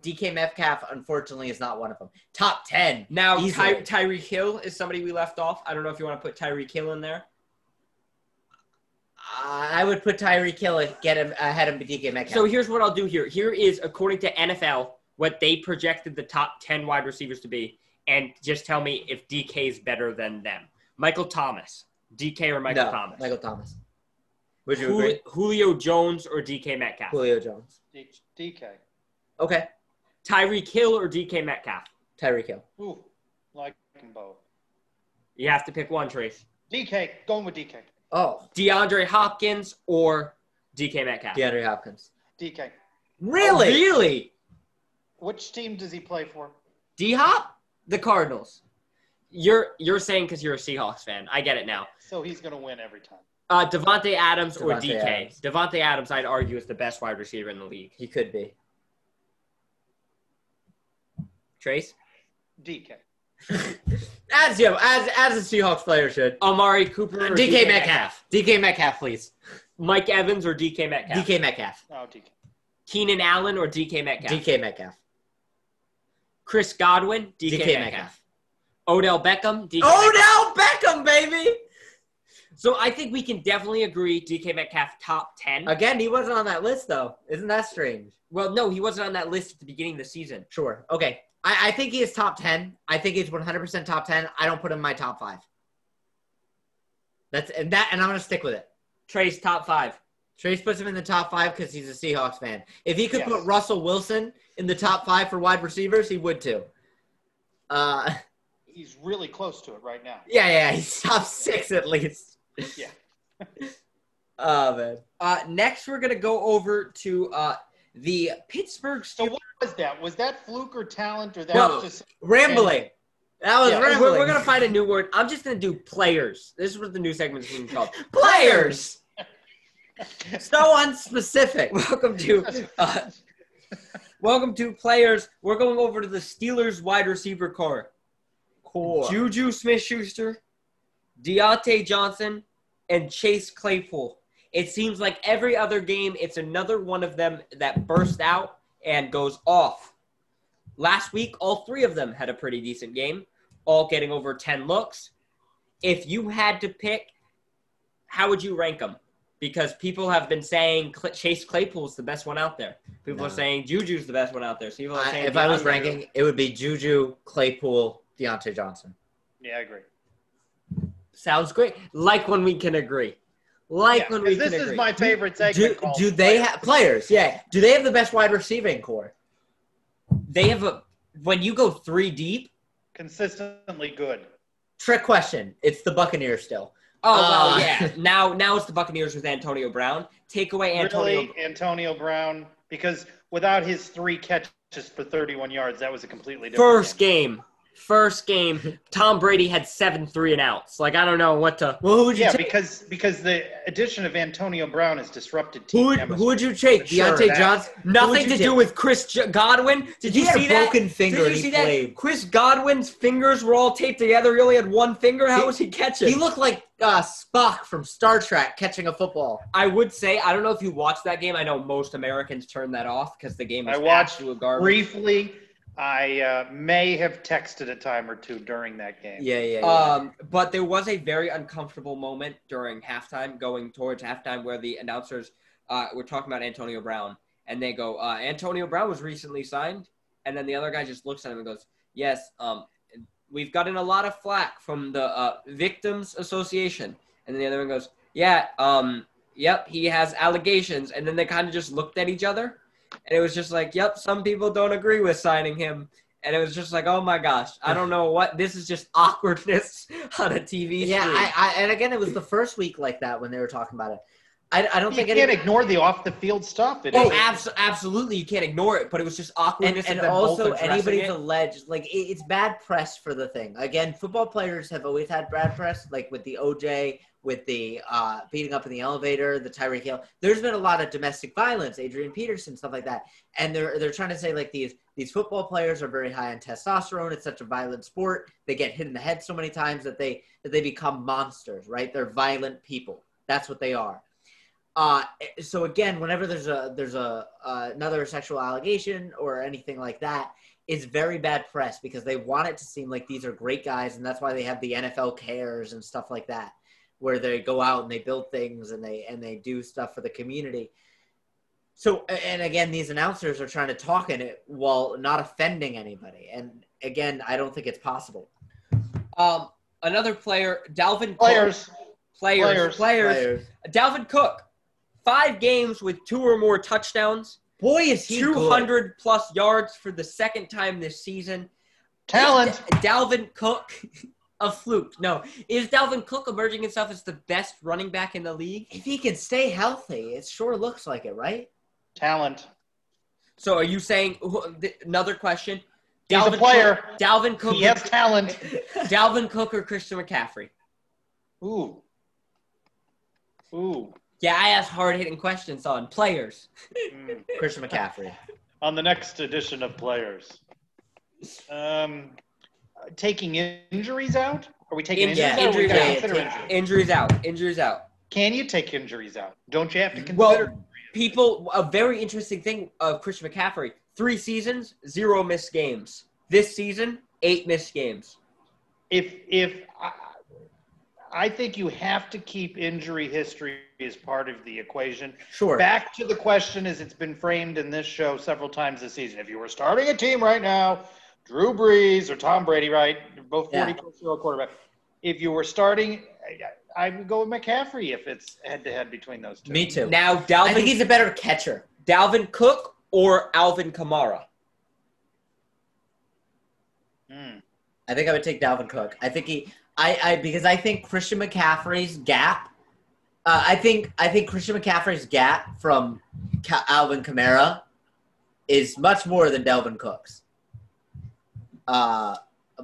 Speaker 3: DK Metcalf, unfortunately, is not one of them. Top ten.
Speaker 1: now Ty-
Speaker 3: Easily.
Speaker 1: Tyreek Hill is somebody we left off? I don't know if you want to put Tyreek Hill in there.
Speaker 3: I I would put Tyreek Hill and get him ahead of DK Metcalf.
Speaker 1: So here's what I'll do here. Here is according to NFL what they projected the top 10 wide receivers to be and just tell me if DK is better than them. Michael Thomas, DK or Michael
Speaker 3: No,
Speaker 1: Thomas?
Speaker 3: Michael Thomas. Would you
Speaker 1: Jul-
Speaker 3: agree?
Speaker 1: Julio Jones or DK Metcalf?
Speaker 3: Julio Jones.
Speaker 2: D- DK.
Speaker 3: Okay,
Speaker 1: Tyreek Hill or DK Metcalf?
Speaker 3: Tyreek Hill.
Speaker 2: Ooh, like them both.
Speaker 1: You have to pick one, Trace.
Speaker 2: DK, going with DK.
Speaker 3: Oh,
Speaker 1: DeAndre Hopkins or DK Metcalf?
Speaker 3: DeAndre Hopkins.
Speaker 2: DK.
Speaker 3: Really?
Speaker 1: Oh, really?
Speaker 2: Which team does he play for?
Speaker 1: D Hop? The Cardinals. You're you're saying because you're a Seahawks fan. I get it now.
Speaker 2: So he's going to win every time.
Speaker 1: Uh, Devonte Adams or
Speaker 3: Davante
Speaker 1: DK?
Speaker 3: Adams.
Speaker 1: Devonte Adams, I'd argue, is the best wide receiver in the league.
Speaker 3: He could be.
Speaker 1: Trace
Speaker 2: DK.
Speaker 3: As you know, as as a Seahawks player should.
Speaker 1: Amari Cooper, or
Speaker 3: DK, Metcalf. DK Metcalf, please.
Speaker 1: Mike Evans, or DK Metcalf.
Speaker 3: DK Metcalf.
Speaker 2: Oh, DK.
Speaker 1: Keenan Allen or DK Metcalf.
Speaker 3: DK Metcalf.
Speaker 1: Chris Godwin, DK,
Speaker 3: DK,
Speaker 1: Metcalf.
Speaker 3: Metcalf.
Speaker 1: Odell Beckham, DK. Metcalf.
Speaker 3: Oh no, Beckham, baby.
Speaker 1: So I think we can definitely agree DK Metcalf top ten.
Speaker 3: Again, he wasn't on that list though. Isn't that strange?
Speaker 1: well, no, he wasn't on that list at the beginning of the season.
Speaker 3: Sure. Okay. I, I think he is top ten. I think he's one hundred percent top ten. I don't put him in my top five. That's and that and I'm gonna stick with it.
Speaker 1: Trey's top five.
Speaker 3: Trace puts him in the top five because he's a Seahawks fan. If he could
Speaker 2: Yes.
Speaker 3: put Russell Wilson in the top five for wide receivers, he would too. Uh,
Speaker 2: He's really close to it right now.
Speaker 3: yeah, yeah, he's top six at least.
Speaker 2: Yeah.
Speaker 3: Oh man.
Speaker 1: Uh, next, we're gonna go over to uh, the Pittsburgh.
Speaker 2: So what was that? Was that fluke or talent or that
Speaker 1: No.
Speaker 2: was just
Speaker 3: Rambling. That was
Speaker 2: Yeah,
Speaker 1: We're,
Speaker 3: rambling.
Speaker 1: we're gonna find a new word. I'm just gonna do players. This is what the new segment is gonna be called.
Speaker 3: players. so unspecific.
Speaker 1: welcome to uh, welcome to players. We're going over to the Steelers wide receiver core:
Speaker 3: Core.
Speaker 1: Juju Smith-Schuster, Deontay Johnson, and Chase Claypool. It seems like every other game, it's another one of them that bursts out and goes off. Last week, all three of them had a pretty decent game, all getting over 10 looks. If you had to pick, how would you rank them? Because people have been saying Cl- Chase Claypool's the best one out there. People are
Speaker 3: No.
Speaker 1: saying Juju's the best one out there. So people are
Speaker 3: I-
Speaker 1: saying
Speaker 3: if I was
Speaker 1: DeAndre.
Speaker 3: ranking, it would be Juju, Claypool, Deontay Johnson.
Speaker 2: Yeah, I agree.
Speaker 1: sounds great. Like when we can agree. Like
Speaker 2: Yeah,
Speaker 1: when
Speaker 2: 'cause
Speaker 1: we
Speaker 2: this
Speaker 1: can
Speaker 2: is
Speaker 1: agree.
Speaker 2: my favorite
Speaker 3: Do,
Speaker 2: segment. called
Speaker 3: do they
Speaker 2: Players.
Speaker 3: have players? Yeah. Do they have the best wide receiving core?
Speaker 1: they have a when you go three deep.
Speaker 2: consistently good?
Speaker 3: Trick question. It's the Buccaneers still.
Speaker 1: Oh well,
Speaker 3: Uh.
Speaker 1: yeah. Now now it's the Buccaneers with Antonio Brown. Take away Antonio.
Speaker 2: Really, Antonio Brown, because without his three catches for 31 yards, that was a completely different
Speaker 1: First game, first game. Tom Brady had seven three and outs. Like I don't know what to.
Speaker 3: Well, who would you
Speaker 2: Yeah,
Speaker 3: take?
Speaker 2: because because the addition of Antonio Brown has disrupted
Speaker 3: Who
Speaker 2: team
Speaker 3: would,
Speaker 2: chemistry.
Speaker 3: who would you take?
Speaker 2: Sure,
Speaker 3: Deontay
Speaker 2: that-
Speaker 3: Johnson.
Speaker 1: Nothing to
Speaker 3: you
Speaker 1: do
Speaker 3: take?
Speaker 1: with Chris J- Godwin. Did
Speaker 3: He
Speaker 1: you
Speaker 3: had
Speaker 1: see
Speaker 3: a
Speaker 1: that?
Speaker 3: broken finger.
Speaker 1: Did you
Speaker 3: and
Speaker 1: see
Speaker 3: he
Speaker 1: that?
Speaker 3: played.
Speaker 1: Chris Godwin's fingers were all taped together. He only had one finger. How
Speaker 3: He-
Speaker 1: was he catching?
Speaker 3: He looked like uh, Spock from Star Trek catching a football.
Speaker 1: I would say I don't know if you watched that game. I know most Americans turned that off because the game was
Speaker 2: I watched
Speaker 1: absolute garbage.
Speaker 2: Briefly, I uh, may have texted a time or two during that game.
Speaker 3: Yeah, yeah. yeah.
Speaker 1: Um, but there was a very uncomfortable moment during halftime, going towards halftime, where the announcers uh, were talking about Antonio Brown, and they go, uh, "Antonio Brown was recently signed," and then the other guy just looks at him and goes, "Yes, um, we've gotten a lot of flack from the uh, Victims Association," and then the other one goes, "Yeah, um, yep, he has allegations," and then they kind of just looked at each other, and it was just like, "Yep, some people don't agree with signing him." and it was just like, oh my gosh, I don't know what this is just awkwardness on a TV
Speaker 3: yeah,
Speaker 1: screen.
Speaker 3: I, I, and again, it was the first week like that when they were talking about it. I, I don't
Speaker 2: You
Speaker 3: think
Speaker 2: can't
Speaker 3: any,
Speaker 2: ignore the off the field stuff. It
Speaker 1: oh,
Speaker 2: is-
Speaker 1: abs- absolutely, you can't ignore it, but it was just
Speaker 3: and,
Speaker 1: awkwardness. of
Speaker 3: and
Speaker 1: them both
Speaker 3: also
Speaker 1: addressing
Speaker 3: anybody's
Speaker 1: it.
Speaker 3: alleged like it, it's bad press for the thing again football players have always had bad press like with the oj with the uh, beating up in the elevator the tyreek hill there's been a lot of domestic violence adrian peterson stuff like that and they're they're trying to say like these these football players are very high on testosterone it's such a violent sport they get hit in the head so many times that they that they become monsters right they're violent people that's what they are uh, so again, whenever there's a there's a uh, another sexual allegation or anything like that, it's very bad press because they want it to seem like these are great guys, and that's why they have the NFL cares and stuff like that, where they go out and they build things and they and they do stuff for the community. So a- and again, these announcers are trying to talk in it while not offending anybody, and again, I don't think it's possible.
Speaker 1: um, another player, Dalvin
Speaker 2: players.
Speaker 1: Cook, players,
Speaker 2: Players.
Speaker 1: players, Dalvin Cook, five games with two or more touchdowns,
Speaker 3: Boy, is he
Speaker 1: two
Speaker 3: good.
Speaker 1: hundred plus yards for the second time this season.
Speaker 2: Talent.
Speaker 1: Is Dalvin Cook a fluke? No, is Dalvin Cook emerging himself as the best running back in the league?
Speaker 3: If he can stay healthy, it sure looks like it, right?
Speaker 2: Talent.
Speaker 1: So are you saying who- th- another question?
Speaker 2: He's a player.
Speaker 1: Cook, Dalvin Cook.
Speaker 2: He has talent.
Speaker 1: Dalvin Cook or Christian McCaffrey?
Speaker 2: Ooh. Ooh.
Speaker 1: Yeah, I asked hard hitting questions on players.
Speaker 2: Mm.
Speaker 3: Christian McCaffrey.
Speaker 2: On the next edition of Players. Um, taking injuries out? Are we taking
Speaker 1: In-
Speaker 2: injuries out? or we
Speaker 1: injuries
Speaker 2: gotta
Speaker 1: out.
Speaker 2: consider
Speaker 3: Yeah,
Speaker 2: injuries?
Speaker 1: Injuries out. Injuries out.
Speaker 2: Can you take injuries out? Don't you have to consider?
Speaker 1: Well, people, a very interesting thing of Christian McCaffrey three seasons, zero missed games. This season, eight missed games.
Speaker 2: if if I, I think you have to keep injury history as part of the equation.
Speaker 3: Sure.
Speaker 2: Back to the question as it's been framed in this show several times this season. If you were starting a team right now, Drew Brees or Tom Brady, right? Both
Speaker 3: Yeah.
Speaker 2: 40 plus year old quarterback. If you were starting, I would go with McCaffrey if it's head to head between those two.
Speaker 1: Me too.
Speaker 4: Now Dalvin
Speaker 3: I think he's a better catcher.
Speaker 1: Dalvin Cook or Alvin Kamara?
Speaker 2: Hmm.
Speaker 3: I think I would take Dalvin Cook. I think he, I, I because I think Christian McCaffrey's gap. Uh, I think I think Christian McCaffrey's gap from Ca- Alvin Kamara is much more than Dalvin Cook's. Uh,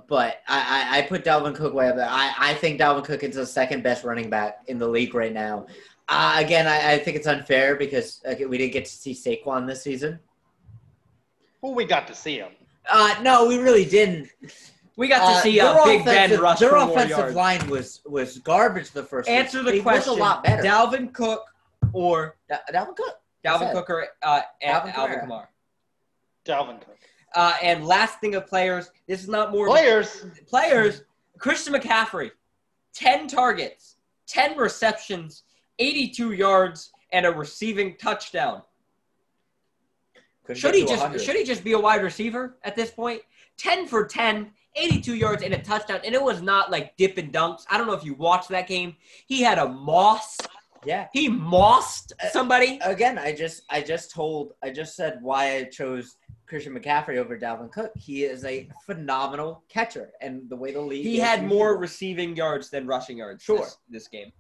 Speaker 3: but I, I, I put Dalvin Cook way up there. I, I think Dalvin Cook is the second best running back in the league right now. Uh, again, I, I think it's unfair because okay, we didn't get to see Saquon this season.
Speaker 2: Well, we got to see him.
Speaker 3: Uh, no, we really didn't.
Speaker 1: We got to
Speaker 3: Uh,
Speaker 1: see
Speaker 3: their
Speaker 1: uh, Big Ben
Speaker 3: offensive-
Speaker 1: rush
Speaker 3: Their
Speaker 1: for more
Speaker 3: offensive
Speaker 1: yards.
Speaker 3: line was was garbage the first. week.
Speaker 1: Answer the
Speaker 3: They looked
Speaker 1: question:
Speaker 3: A lot better.
Speaker 1: Dalvin Cook or
Speaker 3: Da- Dalvin Cook.
Speaker 1: Dalvin
Speaker 3: it.
Speaker 1: Cook or uh, Alvin,
Speaker 3: Alvin
Speaker 1: Alvin
Speaker 3: Kamara.
Speaker 1: Kamara?
Speaker 2: Dalvin Cook.
Speaker 1: Uh, and last thing of players, this is not more of a-
Speaker 2: Players.
Speaker 1: players. Christian McCaffrey, ten targets, ten receptions, eighty-two yards, and a receiving touchdown.
Speaker 3: Couldn't
Speaker 1: Should
Speaker 3: get
Speaker 1: he
Speaker 3: to
Speaker 1: just
Speaker 3: 100.
Speaker 1: should he just be a wide receiver at this point? 10 for 10, 82 yards and a touchdown. And it was not like dip and dunks. I don't know if you watched that game. He had a moss.
Speaker 3: Yeah.
Speaker 1: He mossed
Speaker 3: Uh,
Speaker 1: somebody.
Speaker 3: Again, I just I just told I just said why I chose Christian McCaffrey over Dalvin Cook. He is a phenomenal catcher, and the way the league
Speaker 1: He
Speaker 3: is
Speaker 1: had
Speaker 3: usually-
Speaker 1: more receiving yards than rushing yards
Speaker 3: Sure.
Speaker 1: this, this game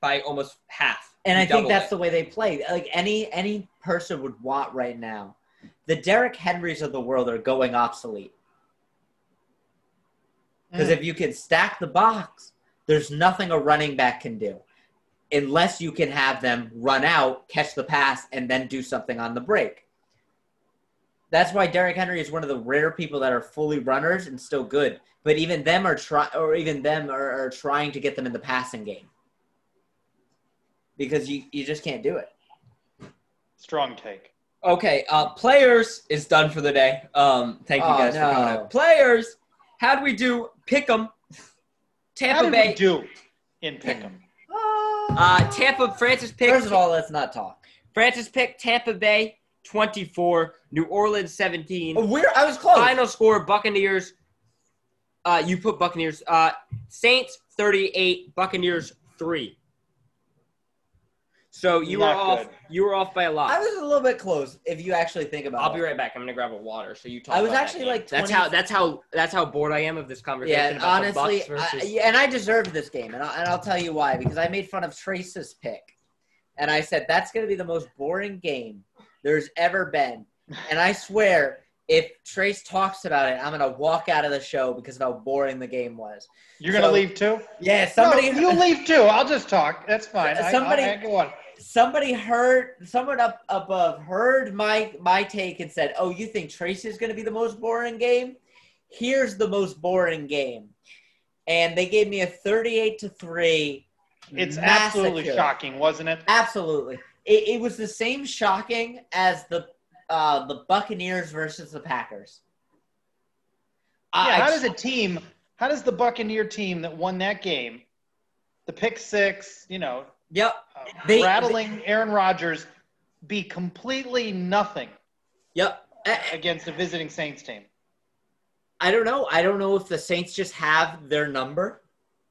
Speaker 1: by almost half.
Speaker 3: And
Speaker 1: He
Speaker 3: I think
Speaker 1: doubled
Speaker 3: that's
Speaker 1: it.
Speaker 3: the way they play. Like any any person would want right now. The Derrick Henrys of the world are going obsolete. Because if you can stack the box, there's nothing a running back can do unless you can have them run out, catch the pass, and then do something on the break. That's why Derrick Henry is one of the rare people that are fully runners and still good. But even them are try or even them are, are trying to get them in the passing game. Because you, you just can't do it.
Speaker 2: Strong take.
Speaker 1: Okay, uh, players is done for the day. Um, thank you
Speaker 3: Oh,
Speaker 1: guys for coming
Speaker 3: no.
Speaker 1: out. Players, how do we do? Pick 'em.
Speaker 2: How
Speaker 1: Tampa
Speaker 2: did
Speaker 1: Bay.
Speaker 2: we do in Pick'em?
Speaker 1: uh, Tampa Francis picked.
Speaker 3: First of all, let's not talk.
Speaker 1: Francis picked Tampa Bay 24, New Orleans 17.
Speaker 3: We're, I was close.
Speaker 1: Final score Buccaneers. Uh, you put Buccaneers. Uh, Saints 38, Buccaneers 3. So you
Speaker 2: Not
Speaker 1: were off.
Speaker 2: good.
Speaker 1: You were off by a lot.
Speaker 3: I was a little bit close if you actually think about
Speaker 1: I'll
Speaker 3: it.
Speaker 1: be right back. I'm gonna grab a water. So you talk.
Speaker 3: I was
Speaker 1: about that
Speaker 3: actually,
Speaker 1: game.
Speaker 3: like,
Speaker 1: That's
Speaker 3: 20
Speaker 1: how. That's how. That's how bored I am of this conversation.
Speaker 3: Yeah, and
Speaker 1: about
Speaker 3: honestly,
Speaker 1: the Bucks versus...
Speaker 3: I, yeah, and I deserved this game, and I'll, and I'll tell you why because I made fun of Trace's pick, and I said that's going to be the most boring game there's ever been, and I swear if Trace talks about it, I'm going to walk out of the show because of how boring the game was.
Speaker 2: You're gonna
Speaker 3: So-
Speaker 2: leave too?
Speaker 3: Yeah, somebody
Speaker 2: No, you leave too. I'll just talk. That's fine. I-
Speaker 3: Somebody-
Speaker 2: I, I, go on.
Speaker 3: somebody heard someone up above heard my my take and said, "Oh, you think Trace is going to be the most boring game? Here's the most boring game." And they gave me a 38 to 3.
Speaker 2: It's absolutely
Speaker 3: massacre.
Speaker 2: shocking, wasn't it?
Speaker 3: Absolutely. It, it was the same shocking as the uh, the Buccaneers versus the Packers. I-
Speaker 2: yeah,
Speaker 3: I
Speaker 2: how does a team, how does the Buccaneer team that won that game, the pick six, you know,
Speaker 1: yep.
Speaker 2: uh,
Speaker 3: They-
Speaker 2: rattling Aaron Rodgers, be completely nothing
Speaker 3: Yep. I,
Speaker 2: against a visiting Saints team?
Speaker 3: I don't know. I don't know if the Saints just have their number.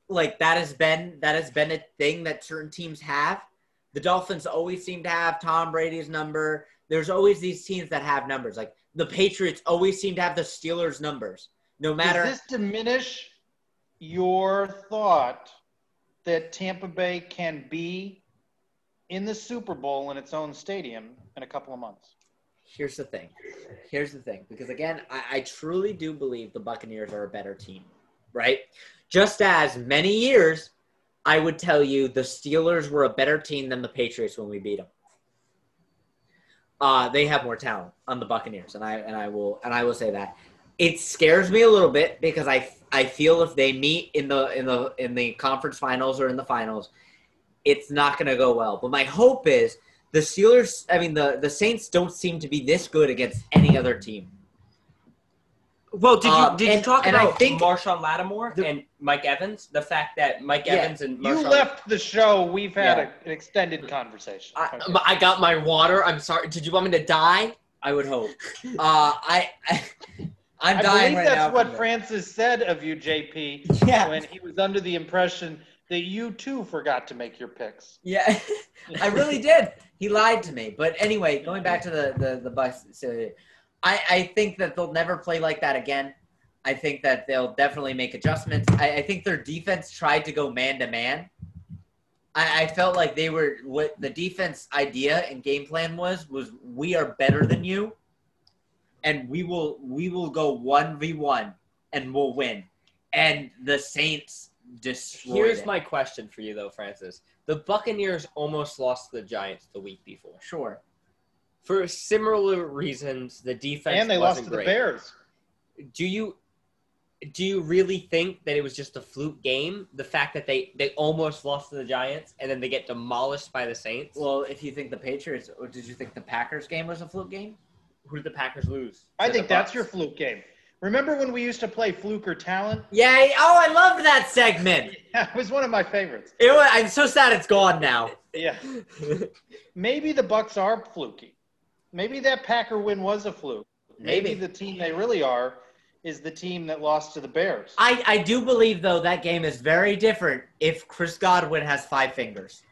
Speaker 3: Like that has been that has been a thing that certain teams have. The Dolphins always seem to have Tom Brady's number. There's always these teams that have numbers. Like the Patriots always seem to have the Steelers numbers. No matter
Speaker 2: Does this diminish your thought that Tampa Bay can be in the Super Bowl in its own stadium in a couple of months?
Speaker 3: here's the thing. Here's the thing. Because again, I, I truly do believe the Buccaneers are a better team, right? Just as many years, I would tell you the Steelers were a better team than the Patriots when we beat them. Uh, they have more talent on the Buccaneers, and I and I will and I will say that it scares me a little bit because I I feel if they meet in the in the in the conference finals or in the finals, it's not going to go well. But my hope is the Steelers, I mean the the Saints don't seem to be this good against any other team.
Speaker 1: Well, did you
Speaker 3: Um,
Speaker 1: did
Speaker 3: and-
Speaker 1: you talk
Speaker 3: and I
Speaker 1: about
Speaker 3: think-
Speaker 1: Marshawn Lattimore
Speaker 3: The-
Speaker 1: and Mike Evans? The fact that Mike
Speaker 3: Yeah,
Speaker 1: Evans and
Speaker 2: You
Speaker 1: Marshawn-
Speaker 2: left the show. We've had
Speaker 3: Yeah.
Speaker 2: a, an extended conversation.
Speaker 1: I,
Speaker 2: Okay.
Speaker 1: I got my water. I'm sorry. Did you want me to die?
Speaker 3: I would hope. Uh, I, I I'm
Speaker 2: I
Speaker 3: dying
Speaker 2: believe
Speaker 3: right
Speaker 2: that's
Speaker 3: now.
Speaker 2: what
Speaker 3: from
Speaker 2: Francis said of you, JP,
Speaker 3: this. Yeah.
Speaker 2: when he was under the impression that you too forgot to make your picks.
Speaker 3: Yeah, I really did. He lied to me. But anyway, going back to the the the Bucks, so I I think that they'll never play like that again. I think that they'll definitely make adjustments. I, I think their defense tried to go man to man. I, I felt like they were what the defense idea and game plan was was we are better than you, and we will we will go one v one and we'll win. And the Saints destroyed.
Speaker 1: Here's
Speaker 3: it.
Speaker 1: my question for you, though, Francis. The Buccaneers almost lost to the Giants the week before
Speaker 3: sure.
Speaker 1: for similar reasons. The defense
Speaker 2: and they
Speaker 1: wasn't
Speaker 2: lost to
Speaker 1: great.
Speaker 2: the Bears.
Speaker 1: Do you do you really think that it was just a fluke game? The fact that they they almost lost to the Giants and then they get demolished by the Saints.
Speaker 3: Well, if you think the Patriots, or did you think the Packers game was a fluke game?
Speaker 1: who did the Packers lose?
Speaker 2: I
Speaker 1: To
Speaker 2: think
Speaker 1: the
Speaker 2: that's
Speaker 1: Bucs.
Speaker 2: your fluke game. Remember when we used to play fluke or talent?
Speaker 3: Yeah. I- Oh, I loved that segment.
Speaker 2: That was one of my favorites.
Speaker 3: It was, I'm so sad it's gone now.
Speaker 2: Yeah. Maybe the Bucks are fluky. Maybe that Packer win was a fluke.
Speaker 3: Maybe.
Speaker 2: the team they really are is the team that lost to the Bears.
Speaker 3: I, I do believe though that game is very different if Chris Godwin has five fingers.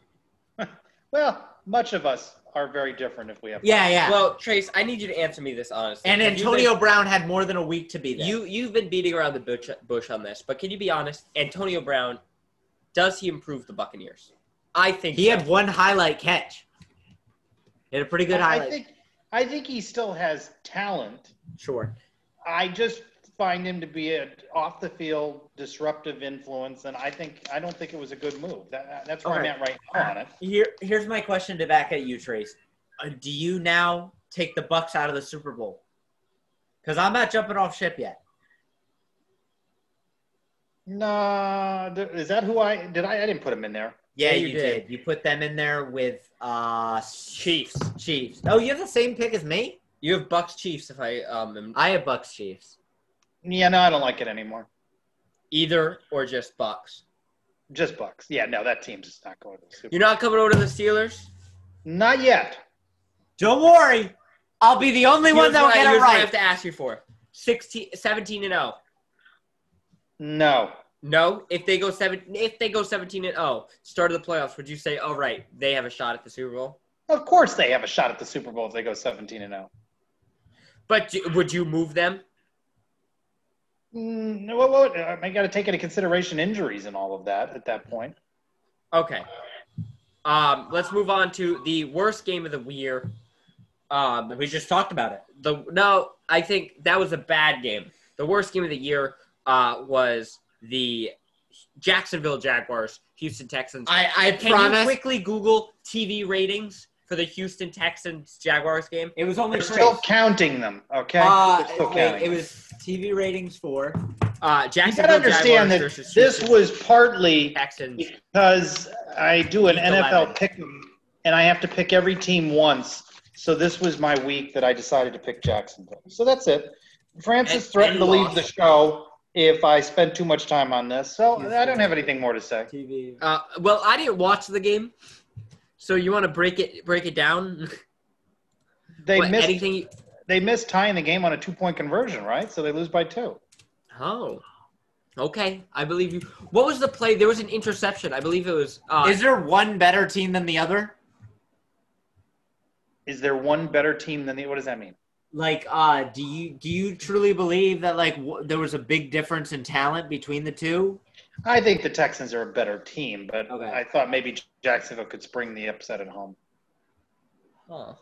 Speaker 2: well, much of us are very different if we have.
Speaker 3: Yeah, yeah.
Speaker 1: Well, Trace, I need you to answer me this honestly.
Speaker 3: and
Speaker 1: Have you
Speaker 3: Antonio Brown had more than a week to be
Speaker 1: been-
Speaker 3: there.
Speaker 1: you you've been beating around the bush, bush on this, but can you be honest? Antonio Brown, does he improve the Buccaneers? I think
Speaker 3: he
Speaker 1: so.
Speaker 3: had one highlight catch. He had a pretty good
Speaker 2: I
Speaker 3: highlight.
Speaker 2: think I think he still has talent.
Speaker 3: sure.
Speaker 2: I just find him to be an off the field disruptive influence, and I think I don't think it was a good move. That, that's where
Speaker 3: Okay.
Speaker 2: I'm at right now on it.
Speaker 3: Here here's my question to back at you, Trace. Uh, do you now take the Bucks out of the Super Bowl? Because I'm not jumping off ship yet.
Speaker 2: Nah, th- is that who I did? I, I didn't put him in there.
Speaker 3: Yeah,
Speaker 1: you
Speaker 3: you did. You put them in there with uh
Speaker 1: Chiefs.
Speaker 3: Chiefs. Oh, you have the same pick as me.
Speaker 1: You have Bucks Chiefs. If I um am
Speaker 3: I have Bucks Chiefs.
Speaker 2: Yeah, no, I don't like it anymore.
Speaker 1: either or just Bucks.
Speaker 2: Just Bucks. Yeah, no, that team's just not going to the Super.
Speaker 1: You're not coming over to the Steelers.
Speaker 2: Not yet.
Speaker 3: Don't worry. I'll be the only one
Speaker 1: Here's
Speaker 3: that will
Speaker 1: what I-
Speaker 3: get it
Speaker 1: here's what I have
Speaker 3: right.
Speaker 1: to ask you for 16, 17 and zero.
Speaker 2: No.
Speaker 1: No, if they go seven, if they go seventeen and zero, start of the playoffs, would you say, all right, they have a shot at the Super Bowl?
Speaker 2: Of course, they have a shot at the Super Bowl if they go 17 and oh. 0.
Speaker 1: But do, would you move them?
Speaker 2: Mm, what, what, I got to take into consideration injuries and all of that at that point.
Speaker 1: Okay. Um, let's move on to the worst game of the year. Um,
Speaker 3: We just talked about it.
Speaker 1: the no, I think that was a bad game. The worst game of the year uh, was the Jacksonville Jaguars, Houston Texans.
Speaker 3: I, I
Speaker 1: Can you
Speaker 3: promise.
Speaker 1: quickly Google TV ratings for the Houston Texans Jaguars game?
Speaker 5: It was only
Speaker 2: They're
Speaker 5: Trace.
Speaker 2: still counting them, okay?
Speaker 3: Uh,
Speaker 2: They're still
Speaker 3: wait,
Speaker 2: counting
Speaker 3: it
Speaker 2: them.
Speaker 3: was TV ratings
Speaker 1: Uh,
Speaker 3: for.
Speaker 2: You got to
Speaker 1: Jacksonville Jaguars
Speaker 2: understand that
Speaker 1: versus
Speaker 2: this
Speaker 1: Houston
Speaker 2: was partly
Speaker 1: Texans.
Speaker 2: because I do an
Speaker 1: Week
Speaker 2: NFL
Speaker 1: 11.
Speaker 2: pick 'em, and I have to pick every team once. So this was my week that I decided to pick Jacksonville. So that's it. Francis
Speaker 1: And-
Speaker 2: threatened
Speaker 1: and
Speaker 2: to leave
Speaker 1: lost.
Speaker 2: the show if I spent too much time on this. So I don't have anything more to say.
Speaker 3: TV.
Speaker 1: Uh, well, I didn't watch the game, so you want to break it break it down?
Speaker 2: They
Speaker 1: What,
Speaker 2: missed
Speaker 1: anything? you-
Speaker 2: they missed tying the game on a two point conversion, right? So they lose by two.
Speaker 1: Oh, okay. I believe you. What was the play? There was an interception. I believe it was. Uh,
Speaker 3: Is there one better team than the other?
Speaker 2: Is there one better team than the? What does that mean?
Speaker 3: Like, uh, do you do you truly believe that like w- there was a big difference in talent between the two?
Speaker 2: I think the Texans are a better team, but
Speaker 3: Okay.
Speaker 2: I thought maybe Jacksonville could spring the upset at home.
Speaker 1: huh.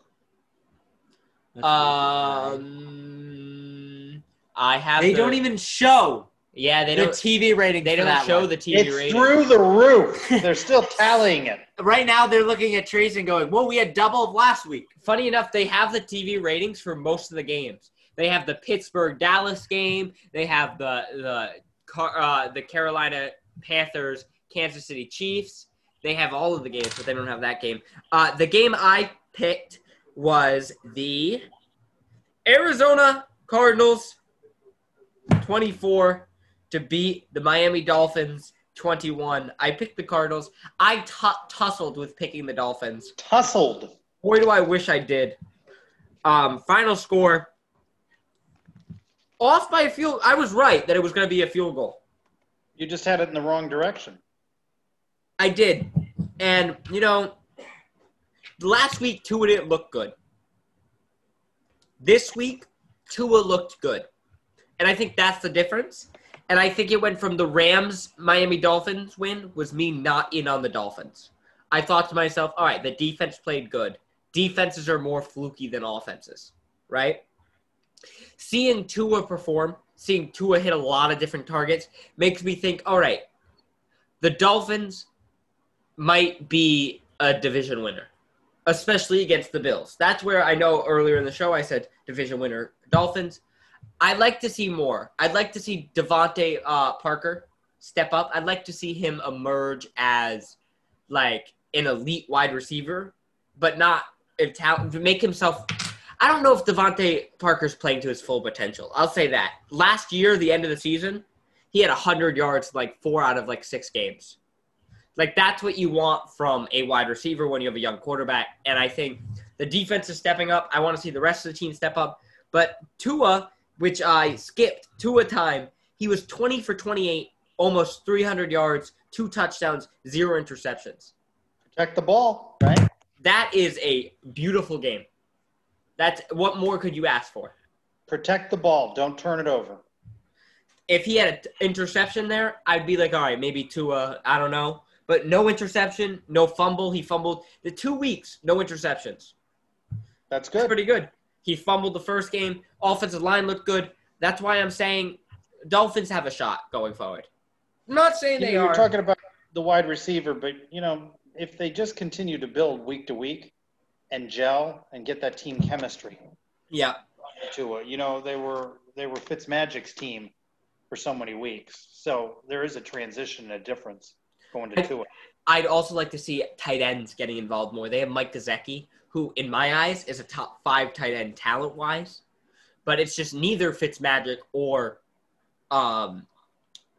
Speaker 1: Um, I have.
Speaker 3: they
Speaker 1: the-
Speaker 3: don't even show
Speaker 1: Yeah, they
Speaker 3: the
Speaker 1: don't.
Speaker 3: TV ratings.
Speaker 1: They
Speaker 3: for
Speaker 1: don't
Speaker 3: that
Speaker 1: show
Speaker 3: one.
Speaker 1: the TV
Speaker 2: It's
Speaker 1: rating.
Speaker 2: through the roof. They're still tallying it.
Speaker 3: Right now, they're looking at Trace and going, "Well, we had double of last week."
Speaker 1: Funny enough, they have the TV ratings for most of the games. They have the Pittsburgh Dallas game. They have the the Car- uh, the Carolina Panthers Kansas City Chiefs. They have all of the games, but they don't have that game. Uh, the game I picked was the Arizona Cardinals 24 to beat the Miami Dolphins 21. I picked the Cardinals. I tu- tussled with picking the Dolphins.
Speaker 2: Tussled.
Speaker 1: Boy, do I wish I did. Um, final score. Off by a field. I was right that it was going to be a field goal.
Speaker 2: You just had it in the wrong direction.
Speaker 3: I did. And, you know, last week, Tua didn't look good. This week, Tua looked good. And I think that's the difference. And I think it went from the Rams Miami Dolphins win was me not in on the Dolphins. I thought to myself, all right, the defense played good. Defenses are more fluky than offenses, right? Seeing Tua perform, seeing Tua hit a lot of different targets makes me think, all right, the Dolphins might be a division winner, especially against the Bills. That's where I know earlier in the show I said division winner Dolphins. I'd like to see more. I'd like to see Devonte uh, Parker step up. I'd like to see him emerge as like an elite wide receiver, but not if talent to make himself. I don't know if Devonte Parker's playing to his full potential. I'll say that. Last year, the end of the season, he had 100 yards like four out of like six games. Like that's what you want from a wide receiver when you have a young quarterback. And I think the defense is stepping up. I want to see the rest of the team step up. But Tua, which I skipped Tua time, he was 20 for 28, almost 300 yards, two touchdowns, zero interceptions.
Speaker 2: Protect the ball, right?
Speaker 3: That is a beautiful game. That's what more could you ask for?
Speaker 2: Protect the ball. Don't turn it over.
Speaker 3: If he had an interception there, I'd be like, all right, maybe Tua, I don't know. But no interception, no fumble. He fumbled the two weeks, no interceptions.
Speaker 2: That's
Speaker 3: That's
Speaker 2: good.
Speaker 3: pretty good. He fumbled the first game. Offensive line looked good. That's why I'm saying Dolphins have a shot going forward. Not saying
Speaker 2: You
Speaker 3: they
Speaker 2: know,
Speaker 3: are.
Speaker 2: you're talking about the wide receiver, but you know, if they just continue to build week to week and gel and get that team chemistry
Speaker 3: yeah,
Speaker 2: to it, you know, they were they were Fitzmagic's team for so many weeks. So there is a transition and a difference going to
Speaker 3: I-
Speaker 2: Tua.
Speaker 3: I'd also like to see tight ends getting involved more. They have Mike Gazecki, who in my eyes is a top five tight end talent wise, but it's just neither Fitzmagic or um,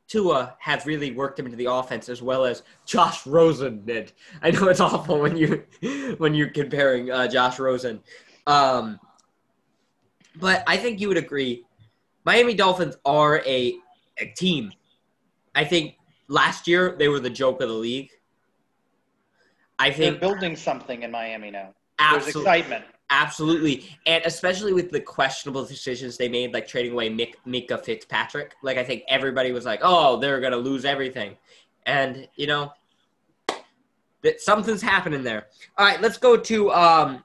Speaker 3: Tua have really worked him into the offense as well as Josh Rosen did. I know it's awful when you when you're comparing uh, Josh Rosen, um, but I think you would agree, Miami Dolphins are a, a team. I think last year they were the joke of the league. I
Speaker 2: They're
Speaker 3: think
Speaker 2: building something in Miami now. There's
Speaker 3: absolutely,
Speaker 2: excitement.
Speaker 3: absolutely, and especially with the questionable decisions they made, like trading away Mick, Mika Fitzpatrick. Like I think everybody was like, "Oh, they're gonna lose everything," and you know, that something's happening there. All right, let's go to um,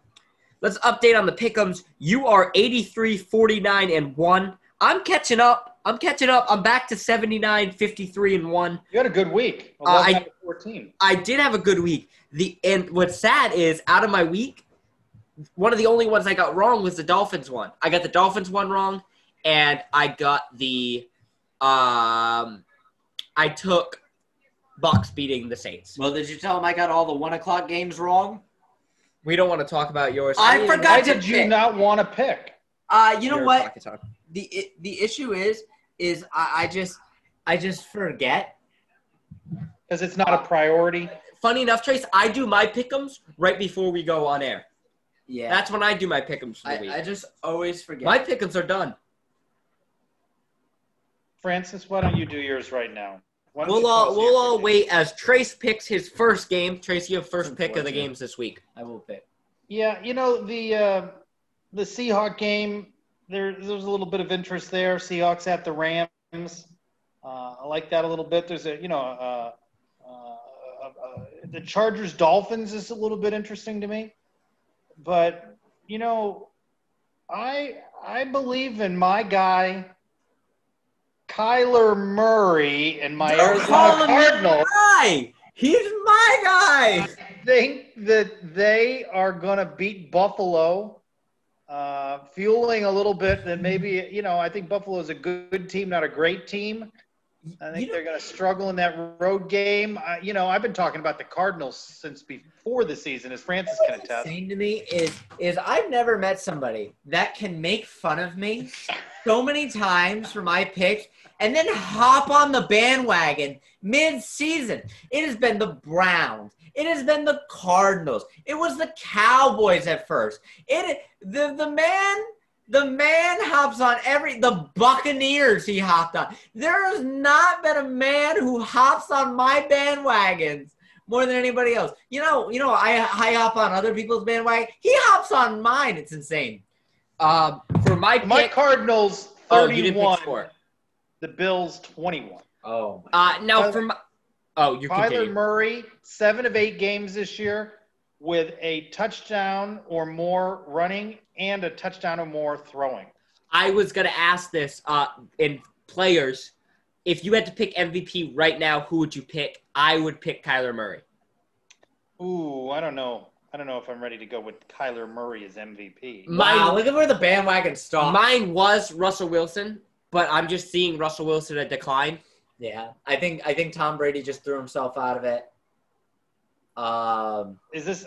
Speaker 3: let's update on the pickums. You are 83, 49, and one. I'm catching up. I'm catching up. I'm back to 79, 53, and one.
Speaker 2: You had a good week.
Speaker 3: Uh, I-
Speaker 2: 11 out of 14.
Speaker 3: I did have a good week. The and what's sad is out of my week, one of the only ones I got wrong was the Dolphins one. I got the Dolphins one wrong, and I got the um I took Bucks beating the Saints.
Speaker 1: Well, did you tell him I got all the one o'clock games wrong?
Speaker 3: We don't want to talk about yours.
Speaker 1: I
Speaker 3: mean,
Speaker 1: forgot-
Speaker 2: Why
Speaker 1: to
Speaker 2: did you
Speaker 1: pick.
Speaker 2: not want to pick?
Speaker 1: Uh, you know
Speaker 3: your
Speaker 1: what?
Speaker 3: pocket talk.
Speaker 1: The i- the issue is is I, I just I just forget.
Speaker 2: Because it's not a priority.
Speaker 3: Funny enough, Trace, I do my pickums right before we go on air.
Speaker 1: Yeah,
Speaker 3: That's when I do my pickums for the
Speaker 1: I,
Speaker 3: week.
Speaker 1: I just always forget.
Speaker 3: my pickums are done.
Speaker 2: Francis, why don't you do yours right now? Why don't you
Speaker 3: We'll
Speaker 2: tell
Speaker 3: all
Speaker 2: us
Speaker 3: we'll all
Speaker 2: everything?
Speaker 3: wait as Trace picks his first game. Trace, you have first pick of the
Speaker 1: Unfortunate.
Speaker 3: games this week.
Speaker 1: I will pick.
Speaker 2: Yeah, you know the uh, the Seahawk game. There, there was a little bit of interest there. Seahawks at the Rams. Uh, I like that a little bit. There's a you know uh, uh, uh, the Chargers Dolphins is a little bit interesting to me, but you know I I believe in my guy Kyler Murray and my
Speaker 3: Don't call
Speaker 2: Arizona
Speaker 3: him
Speaker 2: Cardinals.
Speaker 3: guy. He's my guy.
Speaker 2: think that they are going to beat Buffalo, uh, fueling a little bit that maybe, you know, I think Buffalo's a good team, not a great team. I think
Speaker 3: You know-
Speaker 2: they're going to struggle in that road game. I, you know, I've been talking about the Cardinals since before the season, as Francis can
Speaker 1: What's
Speaker 2: attest.
Speaker 1: insane to me is is I've never met somebody that can make fun of me so many times for my picks and then hop on the bandwagon mid-season. It has been the Browns. It has been the Cardinals. It was the Cowboys at first. It the the man the man hops on every the Buccaneers he hopped on. There has not been a man who hops on my bandwagons
Speaker 3: more than anybody else. You know, you know, I I hop on other people's bandwagon. He hops on mine. It's insane.
Speaker 1: Um, for my pick,
Speaker 2: My Cardinals
Speaker 1: oh, you didn't
Speaker 2: thirty-one.
Speaker 1: pick score.
Speaker 2: the Bills twenty-one.
Speaker 3: Oh, my
Speaker 1: Uh, now
Speaker 2: Tyler-
Speaker 1: for my, oh, you
Speaker 2: Kyler
Speaker 1: continue.
Speaker 2: Murray, seven of eight games this year with a touchdown or more running and a touchdown or more throwing.
Speaker 1: I was gonna ask this uh, in players. If you had to pick MVP right now, who would you pick? I would pick Kyler Murray.
Speaker 2: Ooh, I don't know. I don't know if I'm ready to go with Kyler Murray as MVP.
Speaker 1: Mine,
Speaker 3: wow, look at where the bandwagon stopped.
Speaker 1: mine was Russell Wilson, but I'm just seeing Russell Wilson a decline.
Speaker 3: yeah, I think I think Tom Brady just threw himself out of it. Um,
Speaker 2: Is this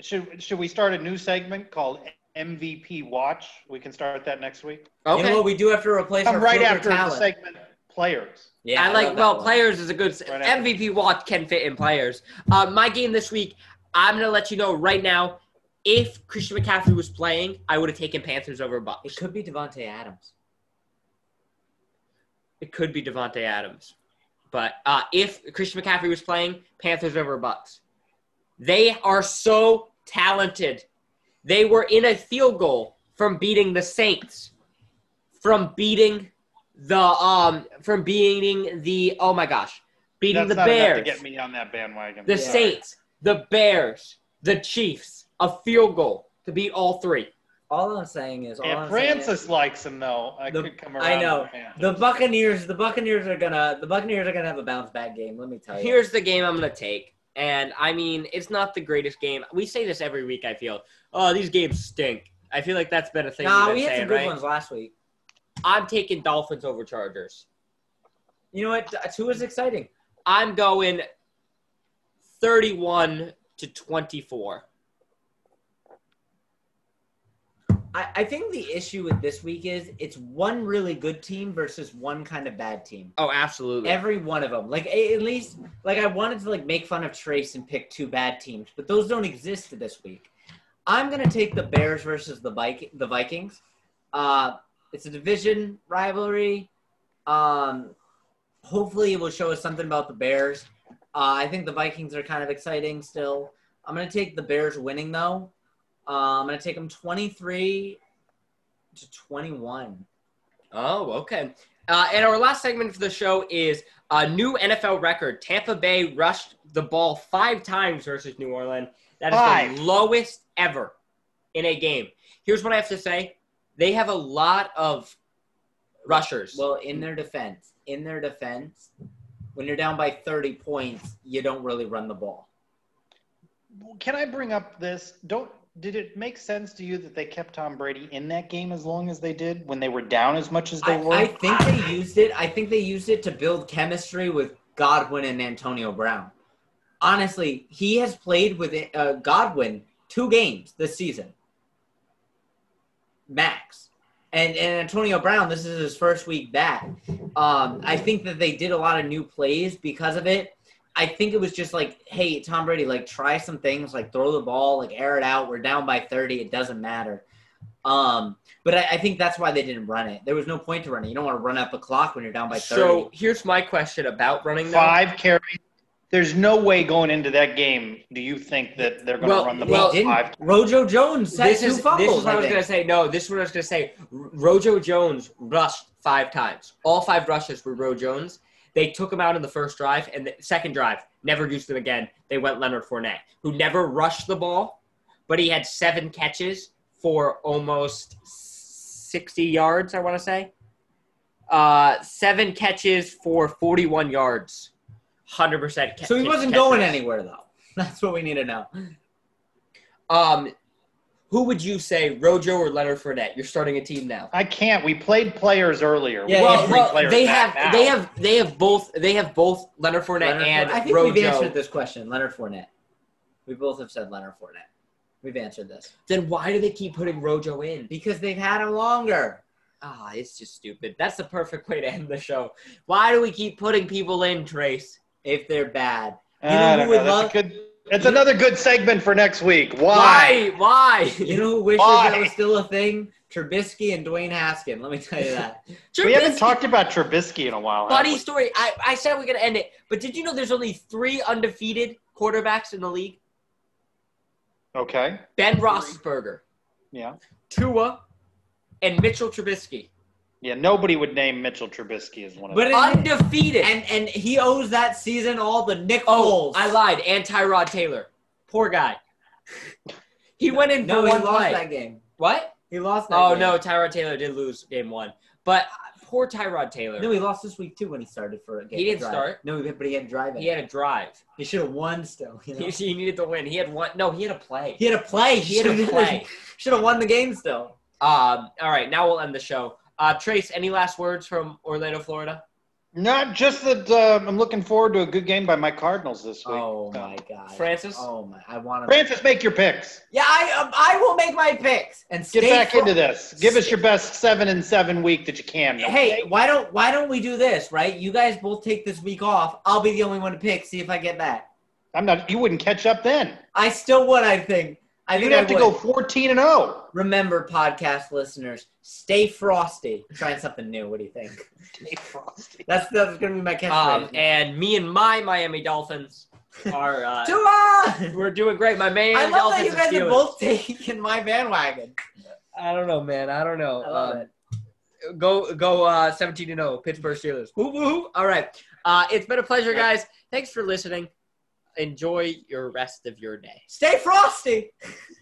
Speaker 2: should should we start a new segment called MVP Watch? We can start that next week.
Speaker 1: Okay.
Speaker 3: you know what we do have to replace
Speaker 2: Come
Speaker 3: our
Speaker 2: right
Speaker 3: fielder
Speaker 2: after the
Speaker 3: talent.
Speaker 2: segment players.
Speaker 3: yeah,
Speaker 1: I like
Speaker 3: love that
Speaker 1: well
Speaker 3: one.
Speaker 1: players is a good
Speaker 2: Right after.
Speaker 1: MVP watch can fit in players. Uh, my game this week, I'm gonna let you know right now. If Christian McCaffrey was playing, I would have taken Panthers over
Speaker 3: It
Speaker 1: Bucks.
Speaker 3: could be Devonte Adams.
Speaker 1: It could be Devonte Adams, but uh, if Christian McCaffrey was playing, Panthers over Bucks. They are so talented. They were in a field goal from beating the Saints, from beating the um, from beating the oh my gosh, beating
Speaker 2: That's
Speaker 1: the
Speaker 2: not
Speaker 1: Bears.
Speaker 2: enough to get me on that bandwagon.
Speaker 1: the
Speaker 3: Yeah.
Speaker 1: Saints, the Bears, the Chiefs, a field goal to beat all three.
Speaker 3: All I'm saying is, all
Speaker 2: If
Speaker 3: I'm saying is-
Speaker 2: Francis likes him though, I
Speaker 3: The-
Speaker 2: could come around.
Speaker 3: I know.
Speaker 2: with him.
Speaker 3: The Buccaneers, the Buccaneers are gonna, the Buccaneers are gonna have a bounce back game. Let me tell you.
Speaker 1: Here's the game I'm going to take. And I mean, it's not the greatest game. We say this every week, I feel. Oh, these games stink. I feel like that's been a thing. we've
Speaker 3: nah,
Speaker 1: been
Speaker 3: we had
Speaker 1: saying,
Speaker 3: some good
Speaker 1: right?
Speaker 3: ones last week.
Speaker 1: I'm taking Dolphins over Chargers.
Speaker 3: You know what? Two is exciting.
Speaker 1: I'm going 31 to 24.
Speaker 3: I, I think the issue with this week is it's one really good team versus one kind of bad team.
Speaker 1: Oh, absolutely.
Speaker 3: Every one of them, like a- at least, like I wanted to like make fun of Trace and pick two bad teams, but those don't exist this week. I'm gonna take the Bears versus the Viking, the Vikings. Uh, it's a division rivalry. Um, hopefully, it will show us something about the Bears. Uh, I think the Vikings are kind of exciting still. I'm gonna take the Bears winning though. Uh, I'm gonna take them 23 to 21.
Speaker 1: Oh, okay. Uh, and our last segment for the show is a new NFL record. Tampa Bay rushed the ball five times versus New Orleans. That is
Speaker 2: Five.
Speaker 1: the lowest ever in a game. Here's what I have to say they have a lot of rushers.
Speaker 3: Well, in their defense, in their defense, when you're down by 30 points, you don't really run the ball.
Speaker 2: Can I bring up this? Don't did it make sense to you that they kept Tom Brady in that game as long as they did when they were down as much as they
Speaker 3: I,
Speaker 2: were?
Speaker 3: I think they used it. I think they used it to build chemistry with Godwin and Antonio Brown. Honestly, he has played with uh, Godwin two games this season, max. And, and Antonio Brown, this is his first week back. Um, I think that they did a lot of new plays because of it. I think it was just like, hey, Tom Brady, like try some things, like throw the ball, like air it out. We're down by 30. It doesn't matter. Um, but I, I think that's why they didn't run it. There was no point to run it. You don't want to run up a clock when you're down by 30.
Speaker 1: so here's my question about running though.
Speaker 2: five carries. There's no way going into that game. Do you think that they're going to
Speaker 1: Well,
Speaker 2: run the
Speaker 3: they
Speaker 2: ball
Speaker 3: didn't.
Speaker 2: five?
Speaker 3: Rojo Jones had
Speaker 1: This
Speaker 3: two
Speaker 1: is, this
Speaker 3: fumbles.
Speaker 1: is what I was
Speaker 3: think.
Speaker 1: going to say. No, this is what I was going to say. R- Rojo Jones rushed five times. All five rushes were Rojo Jones. They took him out in the first drive and the second drive, never used him again. They went Leonard Fournette, who never rushed the ball, but he had seven catches for almost 60 yards, I want to say. Uh, seven catches for 41 yards. 100% ca-
Speaker 3: So he
Speaker 1: ca- catches.
Speaker 3: wasn't going anywhere though. That's what we need to know.
Speaker 1: Um, who would you say, Rojo or Leonard Fournette? You're starting a team now.
Speaker 2: I can't. We played players earlier.
Speaker 3: Yeah,
Speaker 2: we
Speaker 3: yeah.
Speaker 2: got
Speaker 1: Well,
Speaker 2: three
Speaker 1: well,
Speaker 2: players
Speaker 1: they
Speaker 2: back
Speaker 1: have
Speaker 2: now.
Speaker 1: they have they have both they have both Leonard Fournette
Speaker 3: Leonard
Speaker 1: and
Speaker 3: Fournette. I think
Speaker 1: Rojo.
Speaker 3: we've answered this question, Leonard Fournette. We both have said Leonard Fournette. We've answered this
Speaker 1: Then why do they keep putting Rojo in?
Speaker 3: because they've had him longer.
Speaker 1: Ah, it's just stupid. That's the perfect way to end the show. Why do we keep putting people in, Trace?
Speaker 3: If they're bad,
Speaker 2: I
Speaker 3: you know
Speaker 2: don't know.
Speaker 3: who would
Speaker 2: That's
Speaker 3: love-
Speaker 2: a good. That's another good segment for next week. Why?
Speaker 1: Why? Why?
Speaker 3: you know who wishes
Speaker 2: Why?
Speaker 3: that was still a thing? Trubisky and Dwayne Haskins. Let me tell you that.
Speaker 2: We haven't
Speaker 1: Trubisky-
Speaker 2: talked about Trubisky in a while. have
Speaker 1: Funny
Speaker 2: we?
Speaker 1: story. I, I said we're gonna end it, but did you know there's only three undefeated quarterbacks in the league.
Speaker 2: Okay.
Speaker 1: Ben Roethlisberger,
Speaker 2: Yeah.
Speaker 1: Tua, and Mitchell Trubisky.
Speaker 2: Yeah. Nobody would name Mitchell Trubisky as one of
Speaker 3: But
Speaker 2: them.
Speaker 3: it-
Speaker 1: Undefeated.
Speaker 3: And and he owes that season all the Nick
Speaker 1: oh,
Speaker 3: Foles.
Speaker 1: I lied. And Tyrod Taylor. Poor guy. He went in
Speaker 3: No,
Speaker 1: for
Speaker 3: he
Speaker 1: one
Speaker 3: lost
Speaker 1: play.
Speaker 3: that game.
Speaker 1: What?
Speaker 3: He lost that.
Speaker 1: Oh
Speaker 3: game.
Speaker 1: no, Tyrod Taylor did lose game one. But uh, poor Tyrod Taylor.
Speaker 3: No, he lost this week too when he started for a game.
Speaker 1: He
Speaker 3: to
Speaker 1: didn't
Speaker 3: drive.
Speaker 1: start.
Speaker 3: No, he- but he had driving.
Speaker 1: he had a drive.
Speaker 3: He should have won still. you know?
Speaker 1: He, he needed to win. He had one. No, he had a play.
Speaker 3: He had a play.
Speaker 1: He had a play.
Speaker 3: Should have won the game still.
Speaker 1: Um, all right, now we'll end the show. Uh, Trace, any last words from Orlando, Florida?
Speaker 2: Not just that. Uh, I'm looking forward to a good game by my Cardinals this week.
Speaker 3: Oh
Speaker 2: So-
Speaker 3: my god.
Speaker 1: Francis?
Speaker 3: Oh my. I want to.
Speaker 2: Francis, make your picks.
Speaker 3: Yeah, I um, I will make my picks and
Speaker 2: Get
Speaker 3: stay
Speaker 2: back
Speaker 3: fo-
Speaker 2: into this. Give us your best seven and seven week that you can.
Speaker 3: Hey, why don't why don't we do this? Right, you guys both take this week off. I'll be the only one to pick. See if I get that.
Speaker 2: I'm not. You wouldn't catch up then.
Speaker 3: I still would. I think. I
Speaker 2: You'd
Speaker 3: think I
Speaker 2: have to
Speaker 3: would.
Speaker 2: go 14 and oh. 0.
Speaker 3: Remember, podcast listeners, stay frosty. Trying something new. What do you think?
Speaker 2: Frosty.
Speaker 3: That's that's gonna be my catchphrase.
Speaker 1: Um, and me and my Miami Dolphins are uh,
Speaker 3: Tua!
Speaker 1: we're doing great. My Miami
Speaker 3: I love that
Speaker 1: Dolphins
Speaker 3: you guys
Speaker 1: and
Speaker 3: are
Speaker 1: Steelers.
Speaker 3: both taking my bandwagon.
Speaker 5: I don't know, man. I don't know.
Speaker 3: I love it.
Speaker 5: um, go go uh 17 to 0 Pittsburgh Steelers. Woo woo. woo. All right. Uh it's been a pleasure guys. Thanks for listening. Enjoy your rest of your day.
Speaker 3: Stay frosty.